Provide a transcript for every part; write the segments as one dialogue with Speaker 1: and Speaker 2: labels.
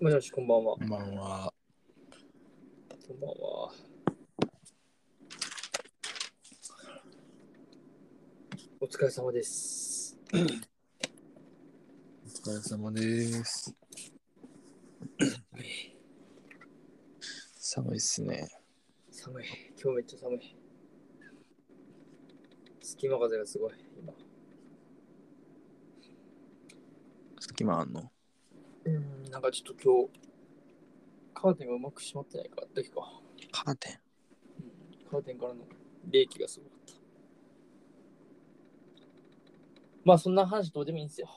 Speaker 1: もしもし、こんばんは。
Speaker 2: こんばんは。
Speaker 1: こんばんは。お疲れ様です。
Speaker 2: お疲れ様です。寒いっすね。
Speaker 1: 寒い。今日めっちゃ寒い。隙間風がすごい。今。
Speaker 2: 隙間あんの
Speaker 1: うん、なんかちょっと今日、カーテンがうまく閉まってないか。だけか。
Speaker 2: カーテ
Speaker 1: うんカーテンからの冷気がすごかった。まあそんな話どうでもいいんですよ。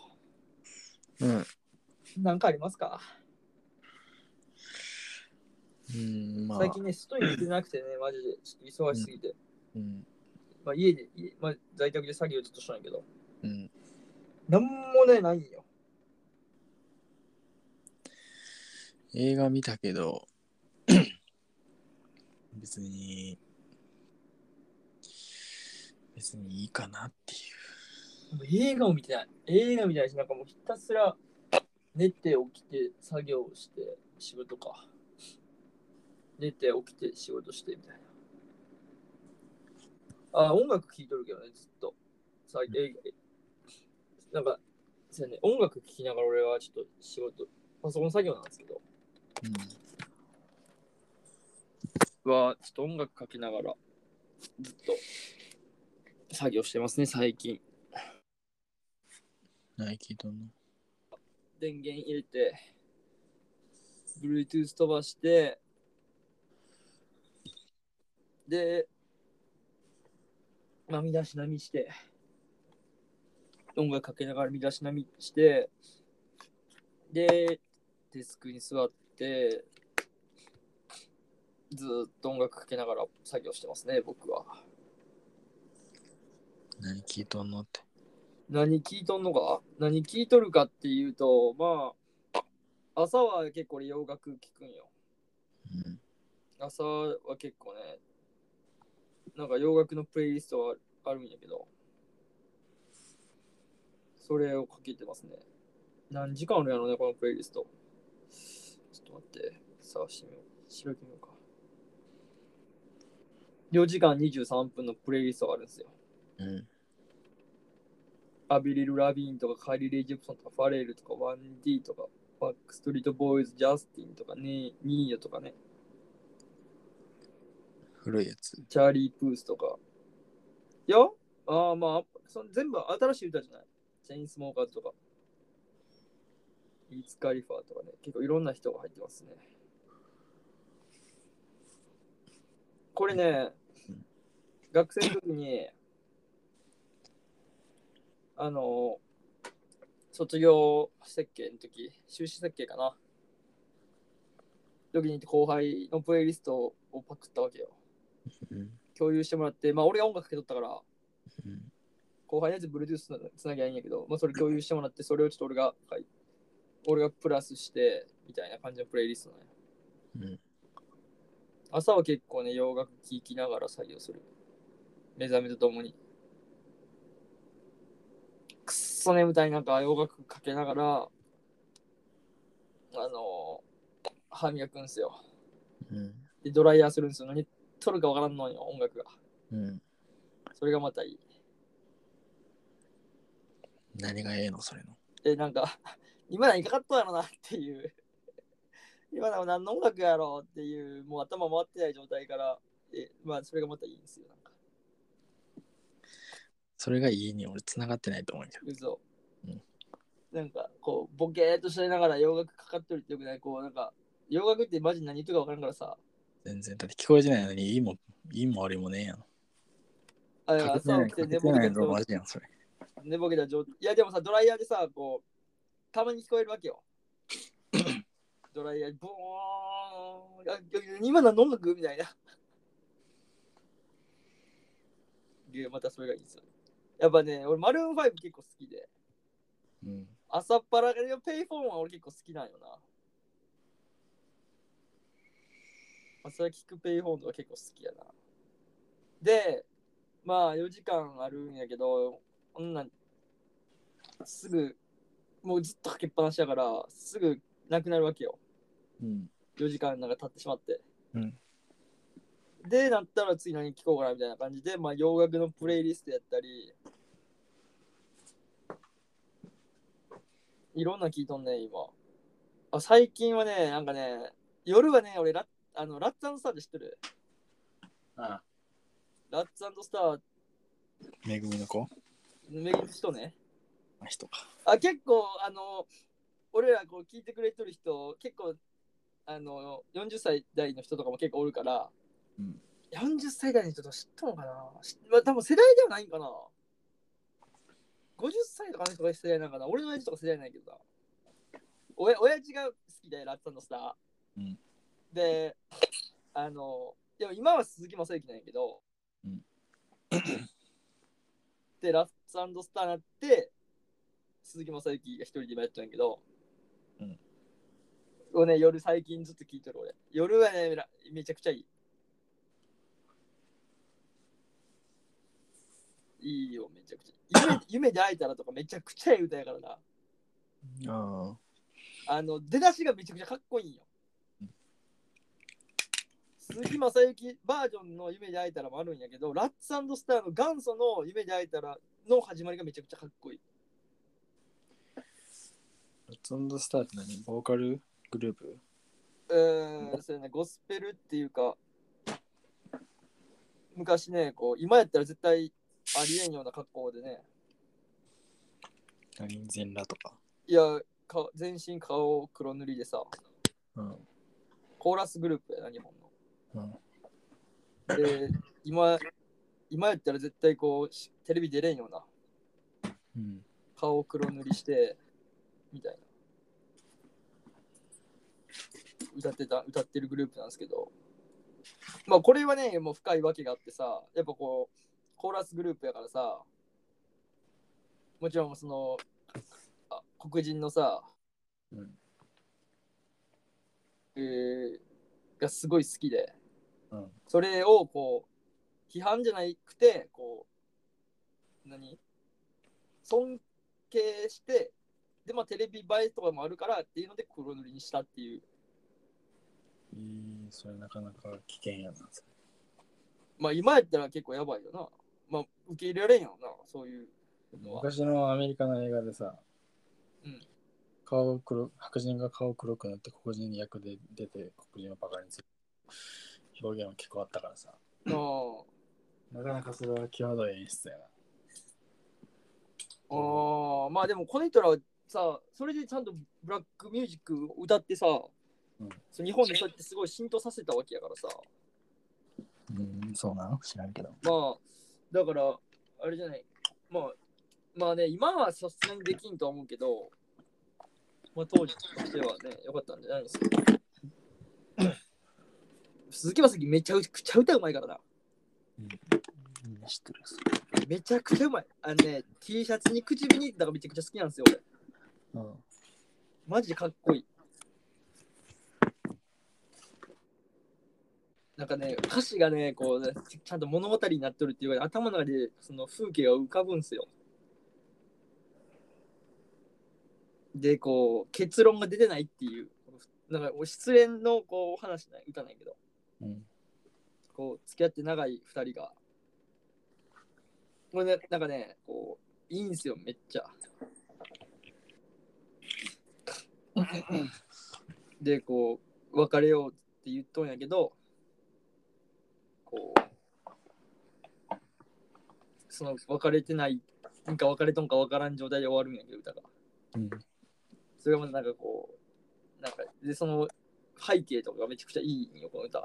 Speaker 2: ン。うん。う
Speaker 1: なんかありますか
Speaker 2: ーん、まあ。
Speaker 1: 最近ね、外に行ってなくてね、マジで、ちょっと忙しすぎて。
Speaker 2: うん。
Speaker 1: まあ、家で、家まあ、在宅で作業ずっとしたんやけど、
Speaker 2: うん。
Speaker 1: なんもね、ないんよ。
Speaker 2: 映画見たけ ど、別に、別にいいかなってい
Speaker 1: もう映画を見てない。映画見てないし、なんかもうひたすら寝て起きて作業して仕事か。寝て起きて仕事してみたいな。あ、音楽聴いとるけどね、ずっと。さ映画なんか、そうやね、音楽聴きながら俺はちょっと仕事、パソコン作業なんですけど、
Speaker 2: う。
Speaker 1: はちょっと音楽かけながらずっと作業してますね最近
Speaker 2: うん。ないけどな。
Speaker 1: 電源入れて Bluetooth 飛ばしてでまあ身だしなみして音楽かけながら身だしなみしてでデスクに座ってずーっと音楽かけながら作業してますね僕は
Speaker 2: ないけどのって。
Speaker 1: 何聞いとんのか何聞いとるかっていうとまあ朝は結構俺洋楽聞くんよ
Speaker 2: うん。
Speaker 1: 朝は結構ねなんか洋楽のプレイリストはあるんやけどそれをかけてますね何時間あるんやろねこのプレイリストちょっと待って探してみよう調べてみようか4時間23分のプレイリストがあるんですよ
Speaker 2: うん。
Speaker 1: アビリル・ラビーンとかカイリー・レイ・ジェプソンとかファレルとかワン・ディとかバックストリート・ボーイズ・ジャスティンとかねニーヨとかね
Speaker 2: 古いやつ。
Speaker 1: チャーリー・プースとかいやああまあその全部新しい歌じゃないチェイン・スモーカーズとかイーツ・カリファーとかね結構いろんな人が入ってますねこれね
Speaker 2: うん
Speaker 1: 学生の時にあの卒業設計の時修士設計かな時に後輩のプレイリストをパクったわけよ
Speaker 2: うん。
Speaker 1: 共有してもらって、まあ俺が音楽かけとったから、
Speaker 2: うん。
Speaker 1: 後輩のやつ Bluetooth つなぎゃいいんやけど、まあそれ共有してもらって、それをちょっと俺が、はい、俺がプラスして、みたいな感じのプレイリストなんや。
Speaker 2: うん。
Speaker 1: 朝は結構ね、洋楽聴きながら作業する。目覚めとともに。くっそ眠たい中、洋楽かけながら、あのー歯磨くんすよ。
Speaker 2: うん。
Speaker 1: で、ドライヤーするんすよ。何撮るかわからんのよ、音楽が。
Speaker 2: うん。
Speaker 1: それがまたいい。
Speaker 2: 何がええのそれの。
Speaker 1: え、なんか、 今何かかったんやろなっていう。 今の何の音楽やろうっていう、もう頭回ってない状態から、え、まあ、それがまたいいんですよ。なんか、
Speaker 2: それが家に俺繋がってないと思うけど。
Speaker 1: 嘘。
Speaker 2: うん
Speaker 1: なんか、こう、ボケーっとしながら洋楽かかっとるってよくない、こう、なんか、洋楽ってマジ何言ってるか分からんからさ、
Speaker 2: 全然。だって聞こえてないのに、いいも、いいも悪いもねえやん。
Speaker 1: あ
Speaker 2: かけて
Speaker 1: 朝
Speaker 2: な
Speaker 1: 起
Speaker 2: い
Speaker 1: きて
Speaker 2: か
Speaker 1: 寝
Speaker 2: け
Speaker 1: ぼけ
Speaker 2: てな
Speaker 1: た
Speaker 2: いの
Speaker 1: 状
Speaker 2: マジやん、それ。
Speaker 1: 寝ぼけた状態。いや、でもさ、ドライヤーでさ、こう、たまに聞こえるわけよ。 ドライヤー、ボーンあ、今何の音楽みたいな。 で、またそれがいいですよ。やっぱね、俺、マルーン5結構好きで、
Speaker 2: うん。
Speaker 1: 朝っぱらのペイフォンは俺結構好きなんよな。朝聞くペイフォンとか結構好きやな。で、まあ4時間あるんやけど、こんなんすぐ、もうずっとかけっぱなしやから、すぐなくなるわけよ。
Speaker 2: うん。
Speaker 1: 4時間なんか経ってしまって。
Speaker 2: うん
Speaker 1: で、なったら次何聴こうかなみたいな感じで、まあ、洋楽のプレイリストやったり、いろんな聴いとんね、今。あ最近はね、なんかね、夜はね、俺ラッ、あのラッツスターって知ってる
Speaker 2: ああ
Speaker 1: ラッツスター、
Speaker 2: めぐみの子
Speaker 1: めぐみの人ね。
Speaker 2: あ人か。
Speaker 1: あ結構あの俺らこう聞いてくれてる人結構あの40歳代の人とかも結構おるから、
Speaker 2: うん
Speaker 1: 40歳代の人とか知ったのかなしまあ多分世代ではないんかな50歳とかの人が世代なんかな俺の親父とか世代ないけどなおや親父が好きでラッツのスター、
Speaker 2: うん
Speaker 1: であのでも今は鈴木雅之なんやけど、
Speaker 2: うん
Speaker 1: でラッツスターになって鈴木雅之が一人で今やってるんやけど、
Speaker 2: うん
Speaker 1: をね夜最近ずっと聞いてる俺夜はねらめちゃくちゃいいいいよめちゃくちゃ 夢夢で会えたらとかめちゃくちゃいい歌やからな
Speaker 2: あ
Speaker 1: あの出だしがめちゃくちゃかっこいいんよ
Speaker 2: うん
Speaker 1: 鈴木雅之バージョンの夢で会えたらもあるんやけどラッツスターの元祖の夢で会えたらの始まりがめちゃくちゃかっこいい
Speaker 2: あ。ツンドスターって何ボーカルグループ
Speaker 1: うーん、そうやね、ゴスペルっていうか、昔ね、こう、今やったら絶対ありえんような格好でね、
Speaker 2: 何全裸とか。
Speaker 1: いや、か全身顔黒塗りでさ、
Speaker 2: うん。
Speaker 1: コーラスグループやな、日本
Speaker 2: うん。
Speaker 1: の。で、今、今やったら絶対こう、しテレビ出れんような
Speaker 2: うん。
Speaker 1: 顔黒塗りして、みたいな。歌ってた、歌ってるグループなんですけど。まあこれはね、もう深いわけがあってさ、やっぱこう、コーラスグループやからさ、もちろんその、あ黒人のさ、
Speaker 2: うん
Speaker 1: えーがすごい好きで、
Speaker 2: うん
Speaker 1: それをこう、批判じゃなくて、こう、何尊敬して、で、まあテレビ映えとかもあるからっていうので黒塗りにしたっていう、
Speaker 2: えー、それなかなか危険やな。
Speaker 1: まあ今やったら結構やばいよな。まあ受け入れられんよな、そういうのは。
Speaker 2: 昔のアメリカの映画でさ、
Speaker 1: うん
Speaker 2: 顔を黒白人が顔を黒くなって黒人役で出て黒人をバカにする表現は結構あったからさ
Speaker 1: あー
Speaker 2: なかなかそれは際どい演出や
Speaker 1: あー、まあでもこの人らはさ、それでちゃんとブラックミュージックを歌ってさ、
Speaker 2: うん
Speaker 1: そう日本でそうやってすごい浸透させたわけやからさ。
Speaker 2: なうんそうなの知らんけど
Speaker 1: まあ、だから、あれじゃない。まあ、まあね、今はさすがにできんとは思うけど、まあ当時としてはね、良かったんじゃないですか。 鈴木雅之めちゃくちゃ歌うまいからな。
Speaker 2: みんな知ってる
Speaker 1: めちゃくちゃうまい。あのね、T シャツに口紅だからめちゃくちゃ好きなんですよ、俺。
Speaker 2: うん
Speaker 1: マジでかっこいい。なんかね、歌詞がね、こうね、ちゃんと物語になっとるっていうか、頭の中でその風景が浮かぶんすよ。で、こう、結論が出てないっていう、なんかお失恋のこうお話ない、歌ないけど、
Speaker 2: うん
Speaker 1: こう、付き合って長い二人が、これね、なんかね、こう、いいんすよ、めっちゃ。でこう別れようって言っとんやけどこうその別れてないなんか別れとんか分からん状態で終わるんやけど歌が
Speaker 2: うん
Speaker 1: それがまたなんかこうなんかでその背景とかがめちゃくちゃいいんよこの歌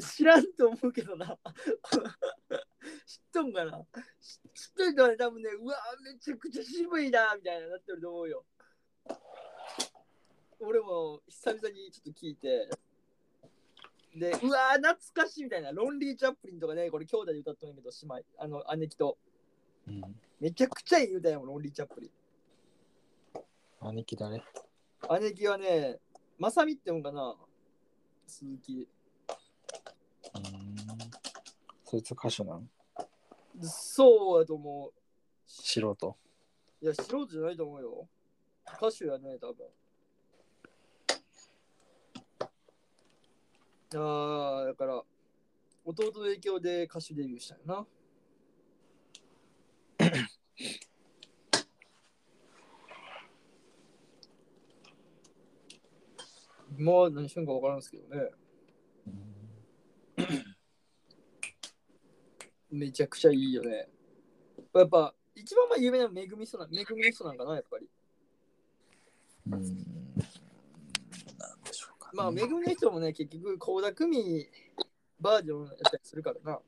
Speaker 1: 知らんと思うけどな知っとんかな知知っとる人はね多分ねうわめちゃくちゃ渋いなみたいななってると思うよ俺も久々にちょっと聞いて、で、うわー、懐かしいみたいな、ロンリー・チャップリンとかね、これ兄弟で歌ったんやけど、姉妹、あの、姉貴と、
Speaker 2: うん
Speaker 1: めちゃくちゃいい歌やもん、ロンリー・チャップリ
Speaker 2: 兄貴だね
Speaker 1: ン。姉貴はね、まさみってもんかな、鈴木。
Speaker 2: うんそいつ歌手なの
Speaker 1: そうやと思う。
Speaker 2: 素人
Speaker 1: いや、素人じゃないと思うよ。歌手やね、多分。ああ、だから、弟の影響で歌手デビューしたよな。もう何してんか分からんすけどね。めちゃくちゃいいよね。やっぱ、一番まあ有名なのはめぐみそな、めぐみの人なんかな、やっぱり。
Speaker 2: うん。なんでしょうか、ね。
Speaker 1: まあ、めぐみの人もね、結局、倖田來未バージョンやったりするからな。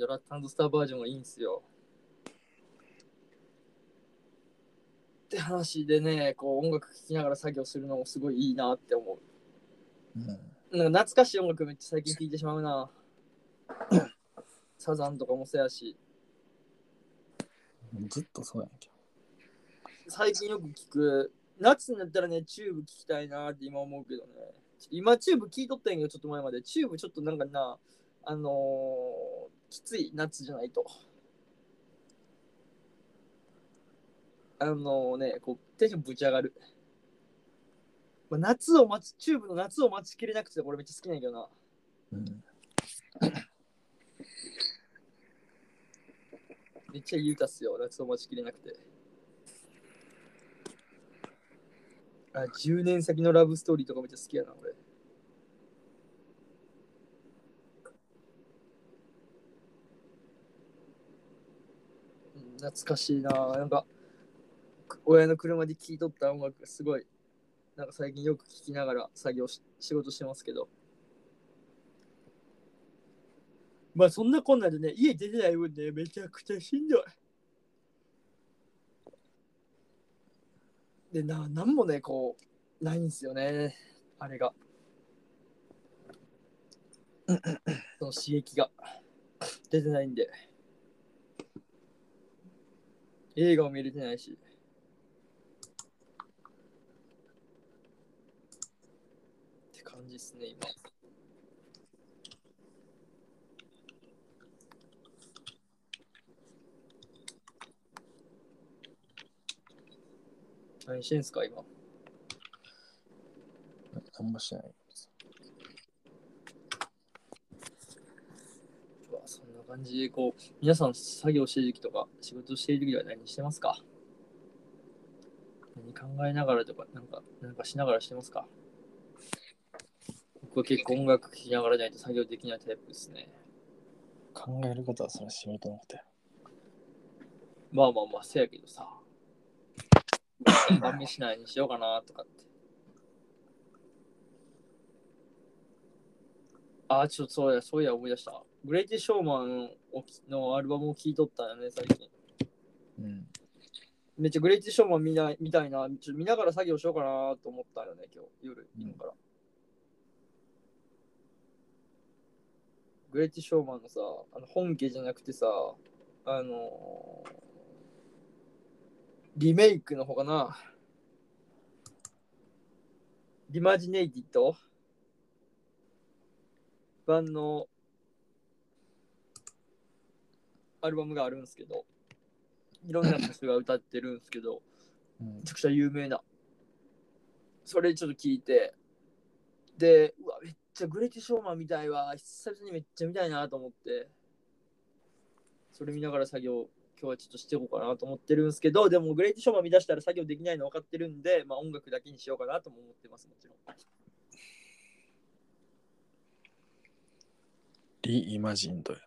Speaker 1: ドラッドスターバージョンがいいんすよ。って話でね、こう音楽聴きながら作業するのもすごいいいなって思
Speaker 2: うん
Speaker 1: う。なんか懐かしい音楽めっちゃ最近聴いてしまうな。サザンとかもそうやし、
Speaker 2: ずっとそうやんけ。
Speaker 1: 最近よく聴く、夏になったらね、チューブ聴きたいなって今思うけどね。今チューブ聴いとったんやけど、ちょっと前まで。チューブちょっとなんかな、あのーきつい夏じゃないと。あのね、こう、テンションぶち上がる。まあ、夏を待ち、チューブの夏を待ちきれなくて、俺めっちゃ好きなんやけどな。
Speaker 2: うん。
Speaker 1: めっちゃ言うたっすよ、夏を待ちきれなくて。あ、10年先のラブストーリーとかめっちゃ好きやな、俺。うん懐かしいな、なんか、く親の車で聴いとった音楽がすごい、なんか最近よく聴きながら作業し、仕事してますけど。まあそんなこんなでね、家出てない分ね、めちゃくちゃしんどい。で、な、なんもね、こう、ないんですよね、あれが。その刺激が出てないんで。映画も見れてないし。って感じですね、今。何してんすか、今。
Speaker 2: 何もしてない。
Speaker 1: まあそんな感じでこう皆さん作業してる時とか仕事してる時は何してますか何考えながらとかなんかなんかしながらしてますか僕は結構音楽聴きながらじゃないと作業できないタイプですね
Speaker 2: 考えることはそれは仕事のことや。
Speaker 1: まあまあまあせやけどさ晩飯ないにしようかなとかってああちょっとそうやそういや思い出したグレイティ・ショーマンをきのアルバムを聴いとったよね最近
Speaker 2: うん。
Speaker 1: めっちゃグレイティショーマン見ない見たいな。ちょっと見ながら作業しようかなと思ったよね、今日、夜、
Speaker 2: うん
Speaker 1: 今から。グレイティショーマンのさ、あの本家じゃなくてさ、あのーリメイクの方かな。リマジネイティッド版のアルバムがあるんですけど、いろんな人が歌ってるんですけど、
Speaker 2: うん
Speaker 1: めちゃくちゃ有名な。それちょっと聞いて、で、うわ、めっちゃグレイティ・ショーマンみたいわ、久々にめっちゃ見たいなと思って、それ見ながら作業、今日はちょっとしていこうかなと思ってるんですけど、でもグレイティ・ショーマン見出したら作業できないの分かってるんで、まあ音楽だけにしようかなとも思ってます、もちろん。
Speaker 2: リイマジンドや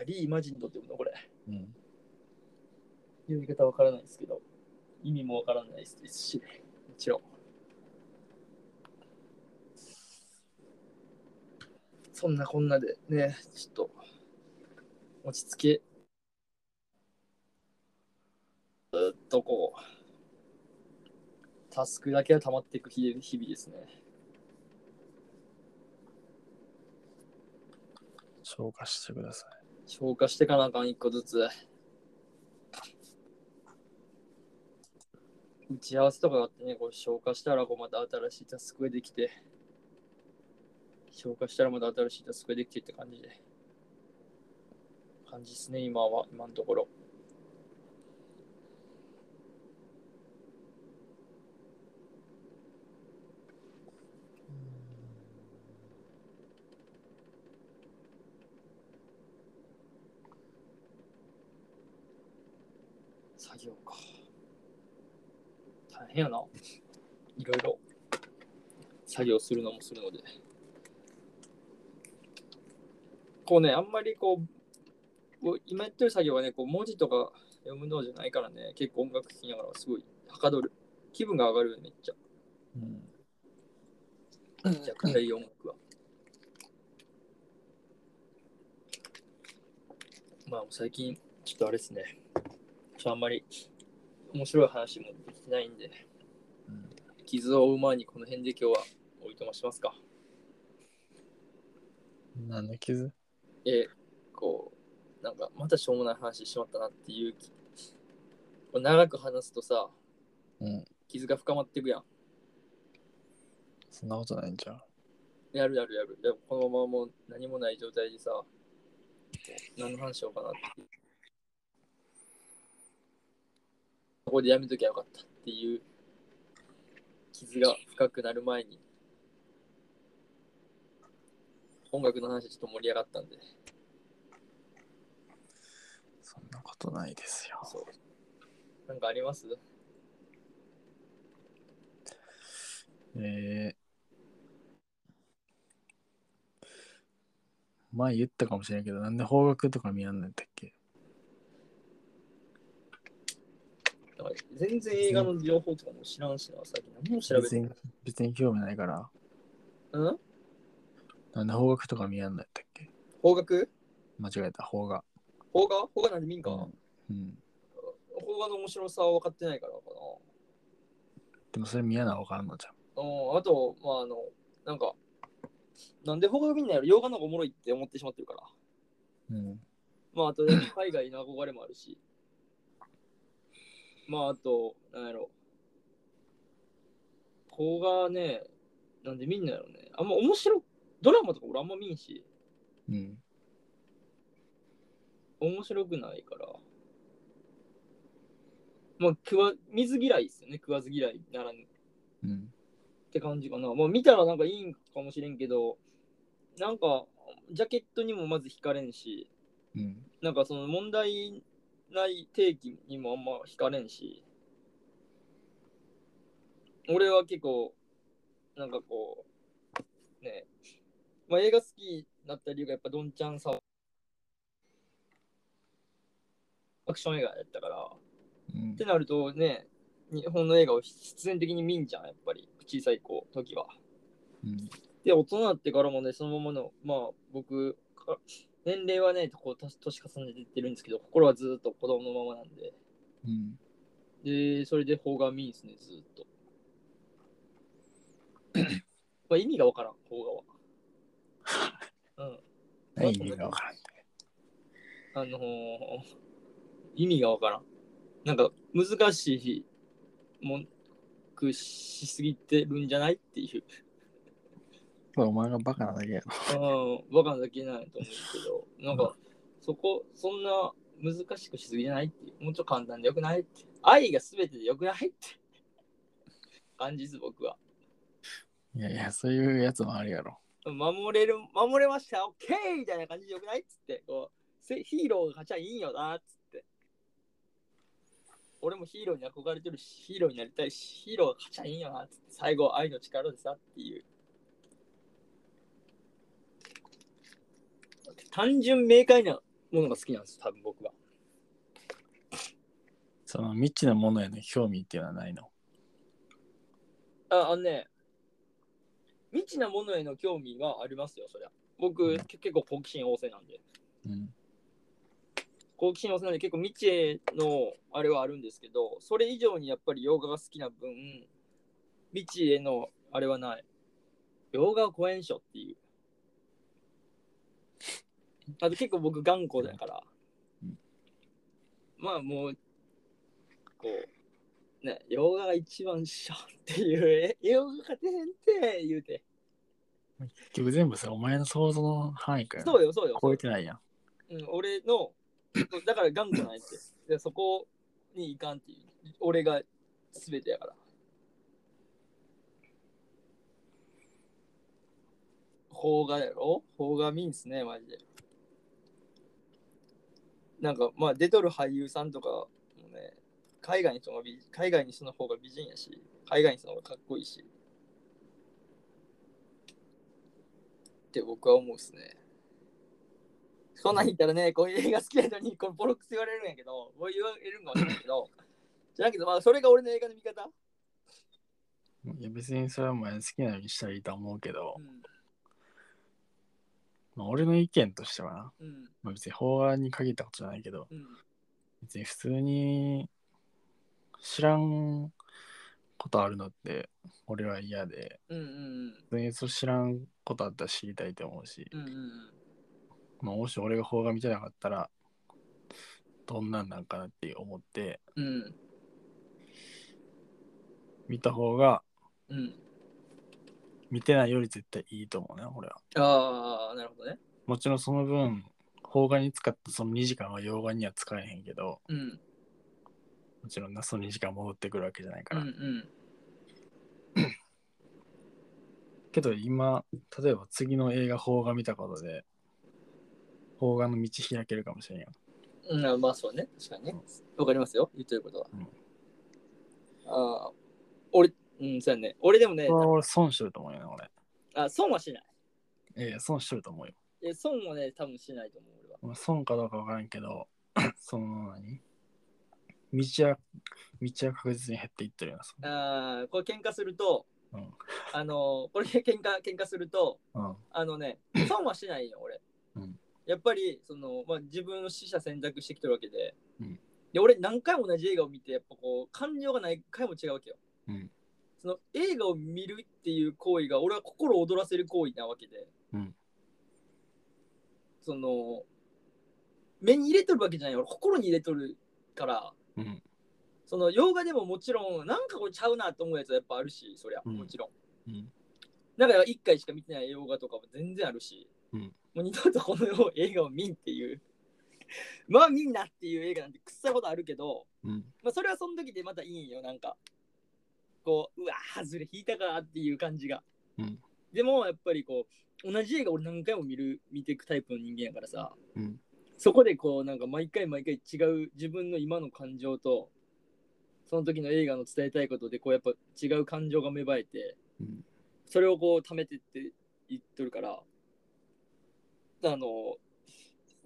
Speaker 1: あリー・イマジンドって読むのこれ。
Speaker 2: な。うん。
Speaker 1: 読み方わからないですけど、意味もわからないですし、もちろん。そんなこんなでね、ちょっと、落ち着け、ずっとこう、タスクだけが溜まっていく日日々ですね。
Speaker 2: 消化してくださ
Speaker 1: 消化してかなあかん、一個ずつ。打ち合わせとかがあってね、こう消化したらこうまた新しいタスクができて、消化したらまた新しいタスクができてって感じで。感じですね、今は、今のところ。業か。大変やな。いろいろ。作業するのもするので。こうね、あんまりこう、こう今やってる作業はね、こう文字とか読むのじゃないからね、結構音楽聴きながらすごいはかどる。気分が上がるよね、めっちゃ。
Speaker 2: うん。
Speaker 1: めちゃくちゃいい音楽は。まあ、最近、ちょっとあれですね。ちょっとあんまり面白い話もできてないんで、
Speaker 2: うん
Speaker 1: 傷を負う前にこの辺で今日はおいとましますか。
Speaker 2: 何の傷
Speaker 1: えー、こう、なんか、またしょうもない話してしまったなっていう気。これ長く話すとさ、
Speaker 2: うん。
Speaker 1: 傷が深まっていくやん。
Speaker 2: そんなことないんじゃん。
Speaker 1: やるやるやる。でもこのままもう何もない状態でさ、何の話しようかなって。ここでやめときゃよかったっていう傷が深くなる前に、音楽の話ちょっと盛り上がったんで、
Speaker 2: そんなことないですよ。
Speaker 1: そう。なんかあります
Speaker 2: えー、前言ったかもしれんけど、なんで方角とか見やんのやったっけ
Speaker 1: なんか全然映画の情報とかも知らんしな、さっき何も調べて
Speaker 2: 別に別に興味ないから、
Speaker 1: うん
Speaker 2: なんで方角とか見やんのやったっけ
Speaker 1: 邦楽
Speaker 2: 間違えた、方が。
Speaker 1: 邦画邦画なんで民家邦
Speaker 2: うん。
Speaker 1: 画の面白さは分かってないからかな。
Speaker 2: でもそれ見やなわかんのじゃん。
Speaker 1: うん、あと、まあ、あの、なんか、なんで他が見ないの洋画の方がおもろいって思ってしまってるから。
Speaker 2: うん。
Speaker 1: まあ、あと、やっぱ海外の憧れもあるし。まあ、あと、なんやろ。邦画ね、なんで見んのやろね。あんま面白い、ドラマとか俺あんま見んし、
Speaker 2: うん。
Speaker 1: 面白くないから。まあ、食わ、水嫌いですよね。食わず嫌いならぬ。
Speaker 2: うん。
Speaker 1: って感じかな。まあ見たらなんかいいんかもしれんけど、なんかジャケットにもまず惹かれんし、
Speaker 2: うん。
Speaker 1: なんかその問題ない定期にもあんま惹かれんし、俺は結構、なんかこう、ね、まあ映画好きになった理由がやっぱどんちゃんさ、アクション映画やったから、
Speaker 2: うん
Speaker 1: ってなるとね、日本の映画を必然的に見んじゃん、やっぱり、小さい子、時は。
Speaker 2: うん。
Speaker 1: で、大人になってからもね、そのままの、まあ、僕、か年齢はね、こう年年重ねてってるんですけど、心はずっと子供のままなんで、
Speaker 2: うん。
Speaker 1: で、それで邦画見んすね、ずっと。 まあ、意味がわからん、邦画は。うん。
Speaker 2: 何意味がわからん。
Speaker 1: あのー意味がわからん。なんか難しいもんくしすぎてるんじゃないっていう。
Speaker 2: そうお前がバカなだけやろ。
Speaker 1: うん、バカなだけないと思うけど、なんかそこ、そんな難しくしすぎじゃないっていう。もうちょっと簡単でよくないって。愛が全てでよくないって感じです、僕は。
Speaker 2: いやいや、そういうやつもあるやろ。
Speaker 1: 守れる、守れました、オッケーみたいな感じでよくないっつって、こう、せヒーローが勝ちゃいいんよな、っつって。俺もヒーローに憧れてるし、ヒーローになりたいし、ヒーローが勝ちゃいいんよな、っつって、最後、愛の力でさ、っていう。単純明快なものが好きなんです、多分僕は。
Speaker 2: その未知なものへの興味っていうのはないの。
Speaker 1: あ、あのね、未知なものへの興味はありますよ、そりゃ。僕、け結構好奇心旺盛なんで。
Speaker 2: うん。
Speaker 1: 好奇心旺盛なんで結構未知へのあれはあるんですけどそれ以上にやっぱり洋画が好きな分未知へのあれはない洋画は怖えんしょっていうあと結構僕頑固だから
Speaker 2: うん
Speaker 1: まあもうこうね洋画が一番っしょっていうえ洋画勝てへんって言うて
Speaker 2: 結局全部さ、お前の想像の範囲かよ。
Speaker 1: そうよそうよ
Speaker 2: 超えてないやん。
Speaker 1: うん、俺の、そうだから頑固ないって。でそこにいかんっていう。俺が全てやから。邦画やろ邦画見んすね、マジで。なんか、まあ、出とる俳優さんとかもね、海外の人が美海外の人の方が美人やし、海外の人の方がかっこいいし。って僕は思うっすね。そんなん言ったらね、こういう映画好きなのに、これボロクソ言われるんやけど、もう言われるんかもしれないけど、じゃなけど、まあ、それが俺の映画の見方。
Speaker 2: いや別にそれはお前好きなようにしたらいいと思うけど
Speaker 1: う、ん。
Speaker 2: まあ、俺の意見としてはな、
Speaker 1: うん。
Speaker 2: まあ、別に法案に限ったことじゃないけど
Speaker 1: うん。
Speaker 2: 別に普通に知らんことあるのって俺は嫌で
Speaker 1: うん。うん。
Speaker 2: 普通にそう知らんことあったら知りたいと思うし、
Speaker 1: うん。うん。
Speaker 2: まあ、もし俺が邦画見てなかったらどんなんなんかなって思って
Speaker 1: うん。
Speaker 2: 見た方が
Speaker 1: うん。
Speaker 2: 見てないより絶対いいと思うね俺は
Speaker 1: ああ、なるほどね。
Speaker 2: もちろんその分邦画に使ったその2時間は洋画には使えへんけど
Speaker 1: うん。
Speaker 2: もちろんなその2時間戻ってくるわけじゃないか
Speaker 1: うん。
Speaker 2: ら、
Speaker 1: うん。
Speaker 2: けど今例えば次の映画邦画見たことで邦画の道開けるかもしれんやん
Speaker 1: うんあ、まあそうね。確かにね。わかりますよ。言ってることは。
Speaker 2: うん
Speaker 1: ああ、俺、うん、そうやね。俺でもね
Speaker 2: こ、れは俺損してると思うよな俺
Speaker 1: あ損はしない。
Speaker 2: ええ損してると思うよ
Speaker 1: え損はね、多分しないと思う、俺は。
Speaker 2: まあ損かどうか分からんけど その何道は道は確実に減っていってるよなそ
Speaker 1: ああ、これ喧嘩すると、
Speaker 2: うん
Speaker 1: あの、これ喧嘩、喧嘩すると、
Speaker 2: の
Speaker 1: あの ね、損はしないよ、俺。
Speaker 2: うん
Speaker 1: やっぱり、その、まあ、自分の死者選択してきてるわけで、
Speaker 2: うん
Speaker 1: で、俺何回も同じ映画を見て、やっぱこう、感情が何回も違うわけよ。
Speaker 2: うん
Speaker 1: その映画を見るっていう行為が、俺は心を躍らせる行為なわけで、
Speaker 2: うん
Speaker 1: その、目に入れとるわけじゃないよ、俺心に入れとるから、
Speaker 2: うんうん
Speaker 1: その洋画でももちろん、なんかこれちゃうなと思うやつはやっぱあるし、そりゃ、
Speaker 2: うん
Speaker 1: もちろん。
Speaker 2: うん
Speaker 1: だから1回しか見てない洋画とかも全然あるし、
Speaker 2: うん
Speaker 1: もう二度とこの世を映画を見んっていう まあ見んなっていう映画なんてくっさいことあるけど、
Speaker 2: うん
Speaker 1: まあ、それはその時でまたいいんよなんかこううわ外れ引いたかっていう感じが、
Speaker 2: うん
Speaker 1: でもやっぱりこう同じ映画俺何回も見る見ていくタイプの人間やからさ
Speaker 2: うん
Speaker 1: そこでこうなんか毎回毎回違う自分の今の感情とその時の映画の伝えたいことでこうやっぱ違う感情が芽生えて、
Speaker 2: うん
Speaker 1: それをこう貯めてって言っとるからあの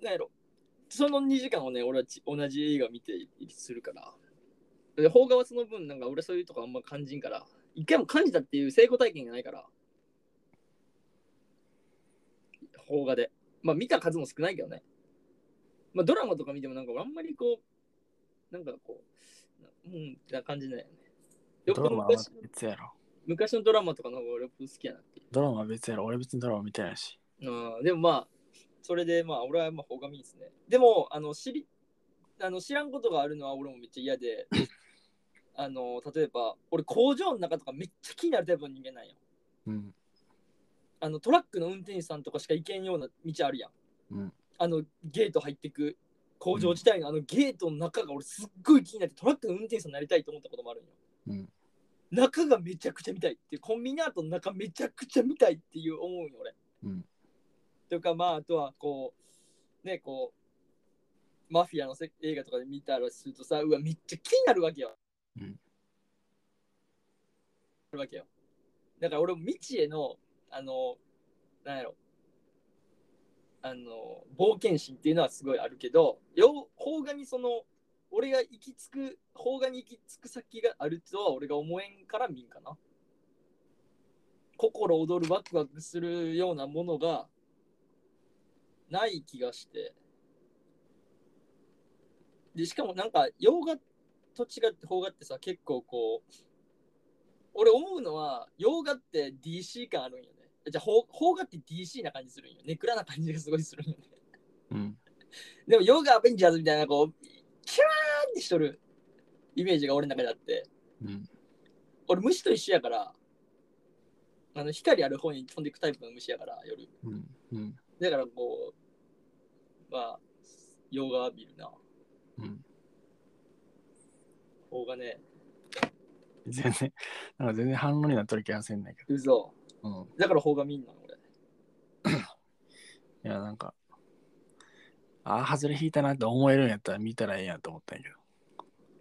Speaker 1: なんやろその2時間をね俺はち同じ映画見てするからで邦画はその分なんか俺そういうとこあんま感じんから一回も感じたっていう成功体験がないから邦画でまあ見た数も少ないけどねまあドラマとか見てもなんか俺あんまりこうなんかこうなうんってな感じなんよねよ
Speaker 2: ドラ
Speaker 1: く
Speaker 2: マは
Speaker 1: 昔の
Speaker 2: 別やろ
Speaker 1: 昔のドラマとかの方が俺は好きやなっていう
Speaker 2: ドラマは別やろ俺別にドラマ見てないし
Speaker 1: うん、でもまあ、それでまあ、俺はまあ、ほがみですね。でも、あの、知り、あの、知らんことがあるのは俺もめっちゃ嫌で、あの、例えば、俺工場の中とかめっちゃ気になるタイプの人間なんよ。
Speaker 2: うん
Speaker 1: あの、トラックの運転手さんとかしか行けんような道あるやん。
Speaker 2: うん
Speaker 1: あの、ゲート入ってく工場自体のあのゲートの中が俺すっごい気になって、トラックの運転手さんになりたいと思ったこともあるんよ。
Speaker 2: うん
Speaker 1: 中がめちゃくちゃ見たいっていうコンビニアートの中めちゃくちゃ見たいっていう思うんよ俺。
Speaker 2: うん
Speaker 1: とかまああとはこうねこうマフィアのせ映画とかで見たらするとさうわめっちゃ気になるわけよ。
Speaker 2: うん
Speaker 1: なるわけよ。だから俺も未知へのあのなんやろあの冒険心っていうのはすごいあるけどよ邦画にその俺が行き着く邦画に行き着く先があるとは俺が思えんから見んかな。心躍るワクワクするようなものがない気がしてでしかもなんか洋画と違って邦画ってさ結構こう俺思うのは洋画って DC 感あるんよねじゃあ邦邦画って DC な感じするんよネクラな感じがすごいするんよね
Speaker 2: うん
Speaker 1: でも洋画アベンジャーズみたいなこうキュラーンってしとるイメージが俺の中であって
Speaker 2: うん
Speaker 1: 俺虫と一緒やからあの光ある方に飛んでいくタイプの虫やから夜
Speaker 2: うんうん
Speaker 1: だからこうまあ洋画見るな
Speaker 2: うん
Speaker 1: 方がね
Speaker 2: 全然なんか全然反論になっとる気がせんねんけ
Speaker 1: 嘘
Speaker 2: どうん
Speaker 1: だから方が見んな俺
Speaker 2: いや、なんか、ああ、外れ引いたなって思えるんやったら見たらええやんと思ったんやけ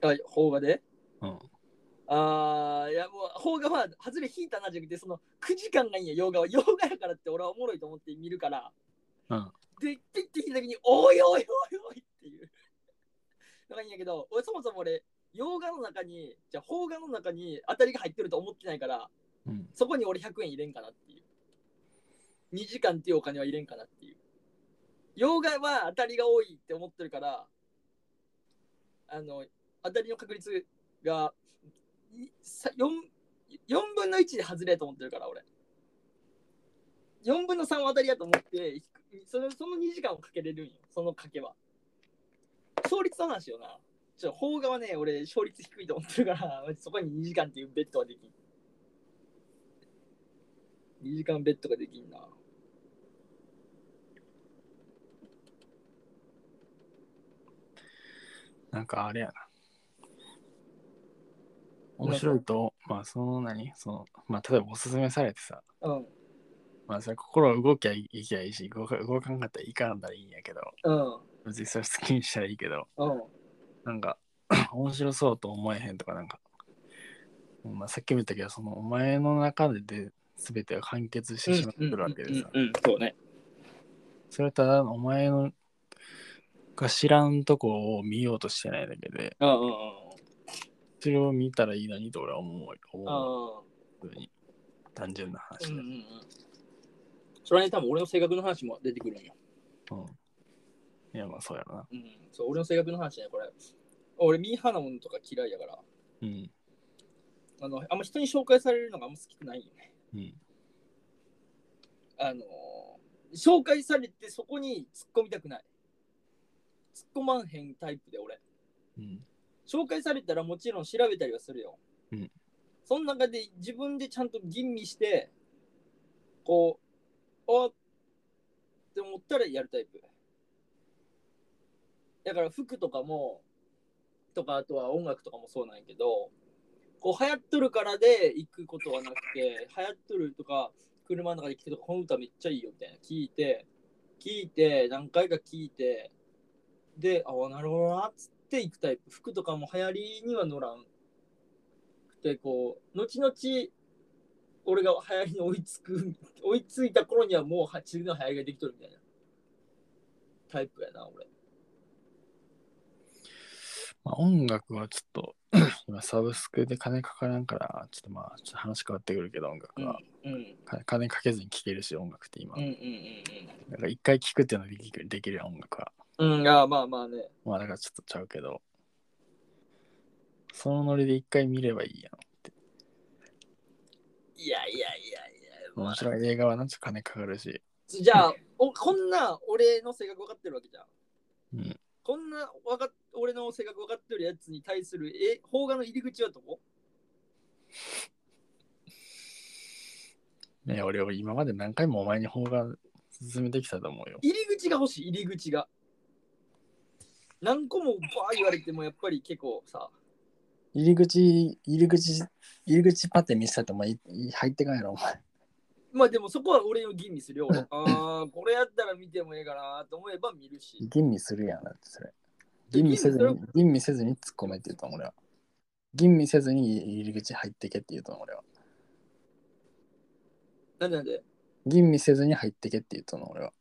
Speaker 2: ど。
Speaker 1: あ、邦画で
Speaker 2: うん。
Speaker 1: あー、いやもう、邦画は外れ引いたなじゃなくて、その9時間がいいんや、洋画は。洋画やからって俺はおもろいと思って見るから。
Speaker 2: うん。
Speaker 1: で、ピッて引いた時に、おいおいおいおいっていう。のがいいんやけど、俺そもそも俺、洋画の中に、じゃあ邦画の中に当たりが入ってると思ってないから、
Speaker 2: うん。
Speaker 1: そこに俺100円入れんかなっていう。2時間っていうお金は入れんかなっていう。洋画は当たりが多いって思ってるから、あの、当たりの確率がにさ 4, 4分の1で外れやと思ってるから、俺。4分の3は当たりやと思って、そのその2時間をかけれるんよ、その賭けは。勝率の話よな。ちょ、邦画はね、俺、勝率低いと思ってるから、そこに2時間っていうベッドはできん。2時間ベッドができんな。
Speaker 2: なんかあれやな。面白いと、まあその何その、まあ例えばおすすめされてさ、
Speaker 1: うん。
Speaker 2: まあそれ心動きゃいいきゃいいし、動か動かんかったらいかんだらいいんやけど、
Speaker 1: うん。
Speaker 2: 別にそれ好きにしたらいいけど、
Speaker 1: うん。
Speaker 2: なんか 面白そうと思えへんとかなんか、まあさっきも言ったけど、そのお前の中で全てが完結してしまってるわけでさ、
Speaker 1: うんうんうんうんそうね。
Speaker 2: それはただお前のが知らんとこを見ようとしてないだけで、
Speaker 1: うんうんうん。
Speaker 2: それを見たらいいのにと俺は思う。
Speaker 1: う
Speaker 2: 思うん普通に単純な話
Speaker 1: う
Speaker 2: で、
Speaker 1: んうん。それはね、多分俺の性格の話も出てくるんよ。
Speaker 2: うんいやまあそうやろな
Speaker 1: うん。そう、俺の性格の話ね、これ。俺、ミーハーなものとか嫌いやから、
Speaker 2: うん
Speaker 1: あの、あんま人に紹介されるのがあんま好きくないよね。
Speaker 2: うん
Speaker 1: あのー紹介されてそこに突っ込みたくない。突っ込まんへんタイプで俺。
Speaker 2: うん
Speaker 1: 紹介されたらもちろん調べたりはするよ。
Speaker 2: うん
Speaker 1: その中で自分でちゃんと吟味して、こう、あって思ったらやるタイプ。だから服とかも、とかあとは音楽とかもそうなんやけど、こう流行っとるからで行くことはなくて、流行っとるとか、車の中で聴くとか、この歌めっちゃいいよみたいな、聞いて、聞いて、何回か聞いて、で、ああ、なるほどなっつっていくタイプ。服とかも流行りには乗らん。で、こう、後々、俺が流行りに追いつく、追いついた頃にはもうは次の流行りができとるみたいなタイプやな、俺。
Speaker 2: まあ、音楽はちょっと今サブスクで金かからんからちょっとまあちょっと話変わってくるけど音楽は、
Speaker 1: うん、うん、
Speaker 2: か金かけずに聴けるし音楽って今、
Speaker 1: うん、うん、
Speaker 2: だから一回聴くっていうのはできるできるやん音楽は
Speaker 1: うん。うん、ああまあまあね。
Speaker 2: まあだからちょっとちゃうけどそのノリで一回見ればいいやん
Speaker 1: いやいやいやいや。ま
Speaker 2: 面
Speaker 1: あ
Speaker 2: 白い映画はなんちょっと金かかるし
Speaker 1: じゃあお、こんな俺の性格分かってるわけじゃん。
Speaker 2: うん
Speaker 1: こんなわかっ俺の性格分かってるやつに対するえ邦画の入り口はどこ
Speaker 2: ね俺は今まで何回もお前に方が進めてきたと思うよ
Speaker 1: 入り口が欲しい入り口が何個もバー言われてもやっぱり結構さ
Speaker 2: 入り口、入り口、入り口パテ見せたとお前いい入ってかんやろ、お前。
Speaker 1: まあでもそこは俺の吟味するよ俺ああこれやったら見てもええかなと思えば見るし
Speaker 2: 吟味するやん、だってそれ。
Speaker 1: え
Speaker 2: 吟味せず
Speaker 1: 吟味
Speaker 2: に、吟味せずに突っ込めって言うと俺は。吟味せずに入り口入ってけって言うと俺は。
Speaker 1: なんでなん で
Speaker 2: 吟味せずに入ってけって言うと俺は。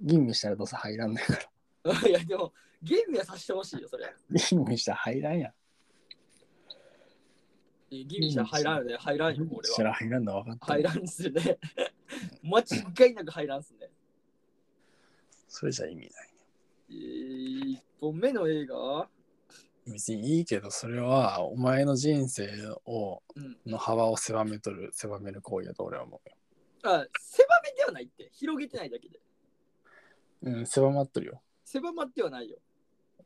Speaker 2: 吟味したらどうせ入らんねんから。
Speaker 1: あいやでも吟味はさせてほしいよそれ
Speaker 2: 吟味したら入らんやん。
Speaker 1: え吟味したら入らんよね入らんよ
Speaker 2: 吟味
Speaker 1: 俺
Speaker 2: した
Speaker 1: は
Speaker 2: ら入らんのは分かった。
Speaker 1: 入らんっするね 間違いなく入らんっすね
Speaker 2: それじゃ意味ない。
Speaker 1: えー、1本目の映画
Speaker 2: 別にいいけど、それはお前の人生を、
Speaker 1: うん
Speaker 2: の幅を狭めとる、狭める行為だと俺は思う。
Speaker 1: あ狭めではないって広げてないだけで
Speaker 2: うん、狭まっとるよ。
Speaker 1: 狭まってはないよ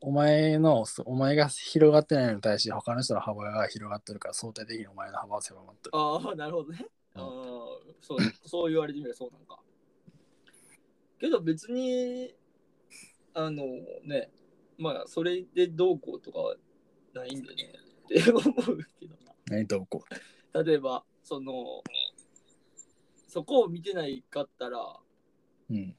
Speaker 2: お前の、そお前が広がってないのに対して、他の人の幅が広がってるから、相対的にお前の幅は狭まってる。
Speaker 1: ああなるほど ね
Speaker 2: う
Speaker 1: あ
Speaker 2: ん
Speaker 1: ーそうそう言われてみればそうなんかけど別にあのねまあそれでどうこうとかはないんでねって思うけど
Speaker 2: 何どうこ
Speaker 1: な例えばそのそこを見てないかったら
Speaker 2: う。うん。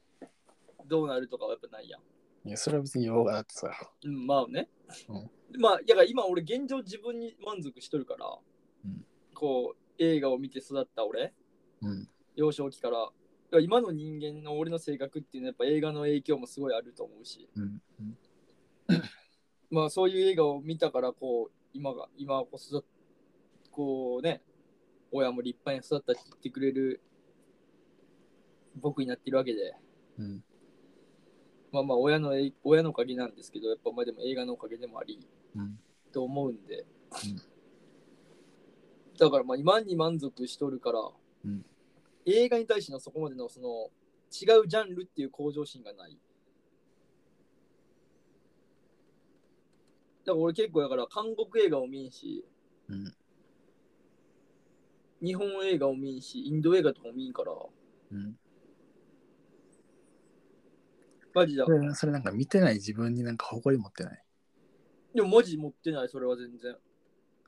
Speaker 1: どうなるとかはやっぱないやん
Speaker 2: いや、それは別に用がだってさ。
Speaker 1: うん、まあね。
Speaker 2: うん
Speaker 1: まあ、いや、今俺現状自分に満足しとるから、
Speaker 2: うん
Speaker 1: こう、映画を見て育った俺、
Speaker 2: うん。
Speaker 1: 幼少期から、いや今の人間の俺の性格っていうのはやっぱ映画の影響もすごいあると思うし、
Speaker 2: うん。
Speaker 1: まあそういう映画を見たから、こう、今が、今こそ、こうね、親も立派に育ったって言ってくれる僕になってるわけで、
Speaker 2: うん。
Speaker 1: まあまあ親のえ親のおかげなんですけど、やっぱまあでも映画のおかげでもあり、
Speaker 2: うん。
Speaker 1: と思うんで、
Speaker 2: うん
Speaker 1: だからまあ今に満足しとるから、
Speaker 2: うん
Speaker 1: 映画に対してのそこまでのその違うジャンルっていう向上心がないだから俺結構だから韓国映画を見んし、
Speaker 2: うん
Speaker 1: 日本映画を見んしインド映画とかも見んから
Speaker 2: うん。
Speaker 1: マジだ
Speaker 2: それそれなんか見てない自分になんか誇り持ってない。
Speaker 1: でも文字持ってないそれは全然